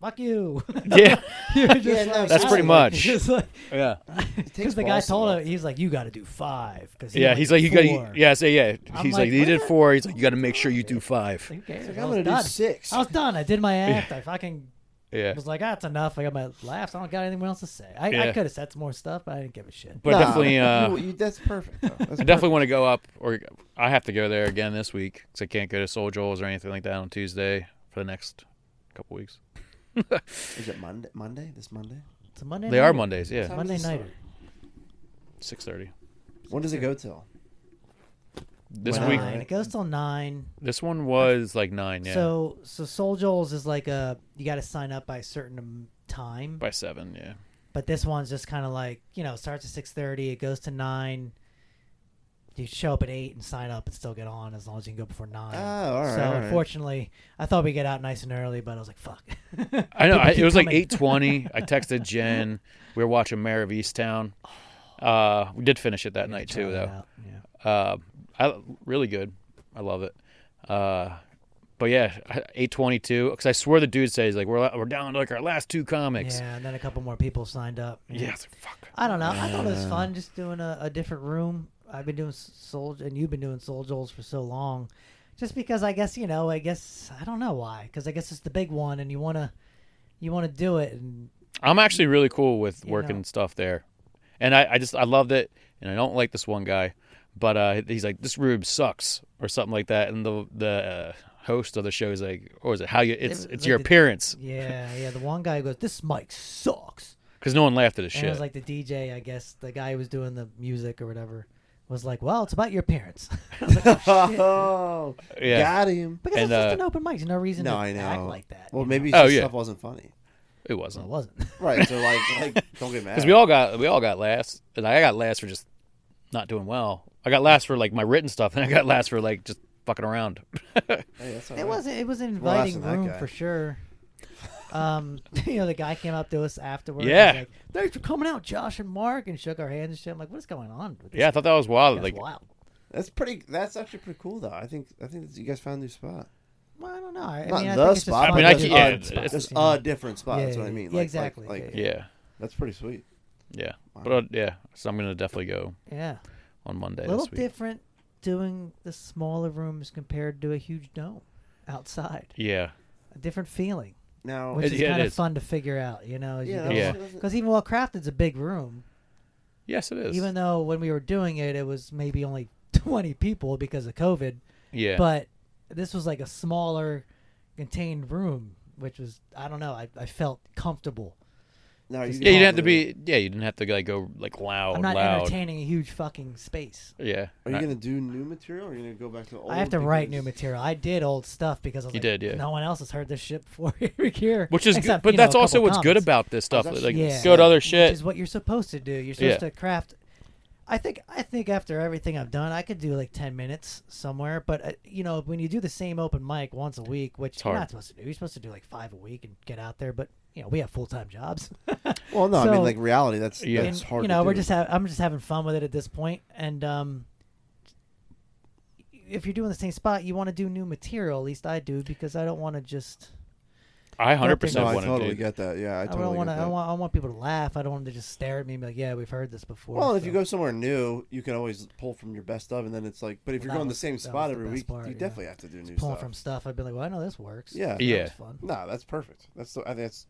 fuck you.
Yeah,
You're just
Yeah, no,
That's pretty
exactly.
much.
Just like,
yeah,
takes
because the guy
balls to
told
walk.
him, he's like, you got to do five. Cause he
yeah.
had,
He's like, you got.
four."
to Yeah, say yeah. He's
I'm
like,
like,
he did
"What?"
four. He's like, you got to make sure you do five.
Who cares?
Like,
I
I'm
was
gonna do
done.
six.
I was done. I did my act. I fucking
Yeah,
was like, that's enough. I got my laughs. I don't got anything else to say. I, I
Yeah.
could have said some more stuff, but I didn't give a shit.
but
Nah,
definitely. Uh,
you- you- that's perfect. though. That's
I definitely want to go up, or I have to go there again this week because I can't go to Soul Joel's or anything like that on Tuesday for the next couple weeks.
perfect. Is it Monday? Monday? This Monday?
It's a Monday
They are
nighter. It's
Mondays,
a
yeah,
Time
Monday
is
nighter.
six thirty.
When does it go till?
This
Wow.
week,
Nine. It goes till nine.
this one was like nine, yeah,
So so Soul Joel's is like a you got to sign up by a certain am- time,
by seven, yeah.
but this one's just kind of like you know starts at six thirty, it goes to nine. You show up at eight and sign up and still get on as long as you can go before nine.
Oh, all right,
so
all right.
unfortunately, I thought we get out nice and early, but I was like, "Fuck."
I know.
People
I, it
keep
was like
coming.
eight twenty. I texted Jen. We were watching Mayor of Easttown. Uh, we did finish it that night
Try
too,
it
though.
out, Yeah.
Uh, I really good. I love it. Uh, but yeah, eight twenty two. Because I swear the dude says like we're we're down to like our last two comics.
Yeah, and then a couple more people signed up.
Yeah,
Yeah.
it's like, fuck.
I don't know. I thought it was fun just doing a, a different room. I've been doing s- Soul, and you've been doing Soul Joel's for so long, just because I guess you know. I guess I don't know why, because I guess it's the big one, and you wanna, you wanna do it, and
I'm actually really cool with
You
working
know.
stuff there, and I, I just I loved it, and I don't like this one guy, but uh, he's like this room sucks or something like that, and the the uh, host of the show is like, or is it how you? It's
was
it's
like
your
the-
appearance
yeah, yeah. The one guy goes, "This mic sucks,"
because no one laughed at his
and it
shit.
was like the DJ, I guess, the guy who was doing the music or whatever, was like, "Well, it's about your appearance," I was like, "Oh, shit."
Oh,
Yeah.
got him.
because
And,
it's just
uh,
an open mic. There's no reason
No,
to
I know.
act like that.
Well,
you know?
maybe
Oh,
oh,
yeah.
stuff wasn't funny.
it
it
wasn't
wasn't.
Right. So like, like don't get mad.
because we all got we all got last, and I got last for just not doing well. I got last for like my written stuff, and I got last for like just fucking around.
Hey, that's all
It
right.
was it was an
Well,
inviting
that's not that
room
guy.
for sure. Um, you know, the guy came up to us afterwards.
Yeah.
he's like, thanks for coming out, Josh and Mark, and shook our hands and shit. I'm like, what is going on? With this
yeah, I thought that was wild.
That's
like
wild.
That's pretty. That's actually pretty cool, though. I think. I think that you guys found a new spot.
Well, I don't know. I, I
Not
mean, I
the
think it's just
spot.
fun
I mean,
to
I
go
can-
to
yeah,
different
it's-
spots,
There's
you know?
a different spot. that's
Yeah,
what I
yeah,
mean.
yeah,
Like- like-
exactly,
Like,
yeah.
yeah,
that's pretty sweet.
yeah, but uh, yeah. So I'm gonna definitely go
yeah,
on Monday.
a little
This week.
different doing the smaller rooms compared to a huge dome outside.
Yeah,
A different feeling,
Now,
which
It-
is
yeah, it
kind of
is.
fun to figure out. You know, as
Oh, yeah,
you go
Yeah.
that's- that's-
Because even while Crafted's a big room,
yes, it is.
even though when we were doing it, it was maybe only 20 people because of COVID.
yeah,
But this was like a smaller, contained room, which was, I don't know, I, I felt comfortable.
now
Yeah,
you
you
guys-
didn't have to be. Yeah, you didn't have to like go like loud,
I'm not
Oh, loud.
entertaining a huge fucking space.
Yeah,
Are you
I-
gonna do new material? or Are you gonna go back to old?
I have to write new
because-
material. I did old stuff because I was
You
like,
did, yeah.
no one else has heard this shit before here.
which is,
except,
good, but
you know,
that's
a
also
couple
what's good
comics.
about this stuff.
I was
Like,
actually
gonna
go to
say
other
Which
shit.
is what you're supposed to do. You're supposed
Yeah.
to craft. I think I think after everything I've done, I could do like ten minutes somewhere. But uh, you know, when you do the same open mic once a week, which you're
hard.
not supposed to do, you're supposed to do like five a week and get out there. But you know, we have full time jobs.
Well, no, I
So-
mean like reality. That's
Yeah.
that's
And,
hard.
You
to
know, we're
do.
just ha- I'm just having fun with it at this point, and um, if you're doing the same spot, you want to do new material. At least I do because I don't want to just
I hundred
No,
percent
No, I
want to
totally
do.
get that. Yeah, I
I,
totally
don't want
want
to. I don't want. I don't want people to laugh. I don't want them to just stare at me and be like, "Yeah, we've heard this before."
Well, if you
so-
go somewhere new, you can always pull from your best of, and then it's like. But if
Well,
you're
that
going
was-
the same
that was
spot
the
every
best
week,
part,
you
yeah.
definitely have to do new
pulling
stuff.
from stuff, I'd be like, "Well, I know this works."
Yeah.
That was
Yeah.
fun.
No, that's perfect. That's the, I think that's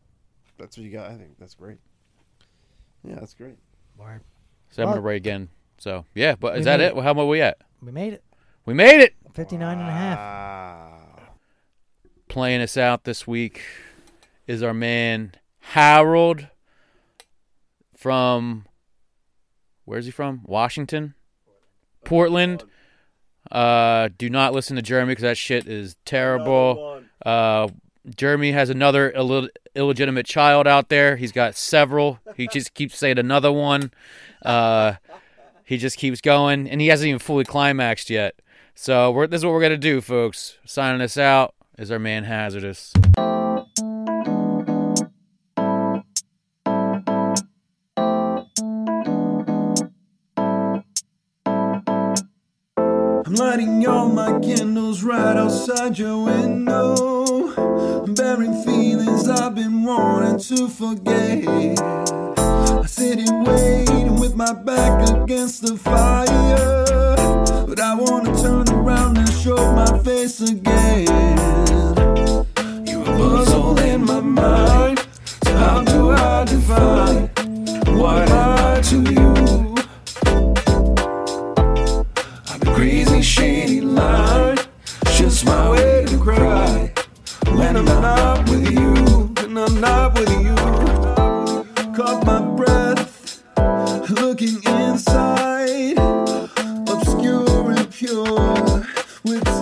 that's what you got. I think that's great. Yeah, that's great.
Word.
So I'm gonna rate again. So yeah, but
We
is that
made
it? How much we at?
We made it.
We made it.
59 and a half.
Wow.
Playing us out this week is our man Harold from where's he from? Washington, Portland. Uh, do not listen to Jeremy because that shit is terrible. Uh, Jeremy has another Ill- illegitimate child out there. He's got several. He just keeps saying another one. Uh, he just keeps going, and he hasn't even fully climaxed yet. So we're, this is what we're gonna do, folks. Signing us out is our man Hazardous.
I'm lighting all my candles right outside your window. I'm bearing feelings I've been wanting to forget. I sit here waiting with my back against the fire. But I wanna turn around and show my face again. You're a puzzle in my mind. So how do I define what I to you? I'm a crazy, shady line. Just my way to cry. When I'm not with you, when I'm not with you. Caught my breath, looking inside. Obscure and pure, with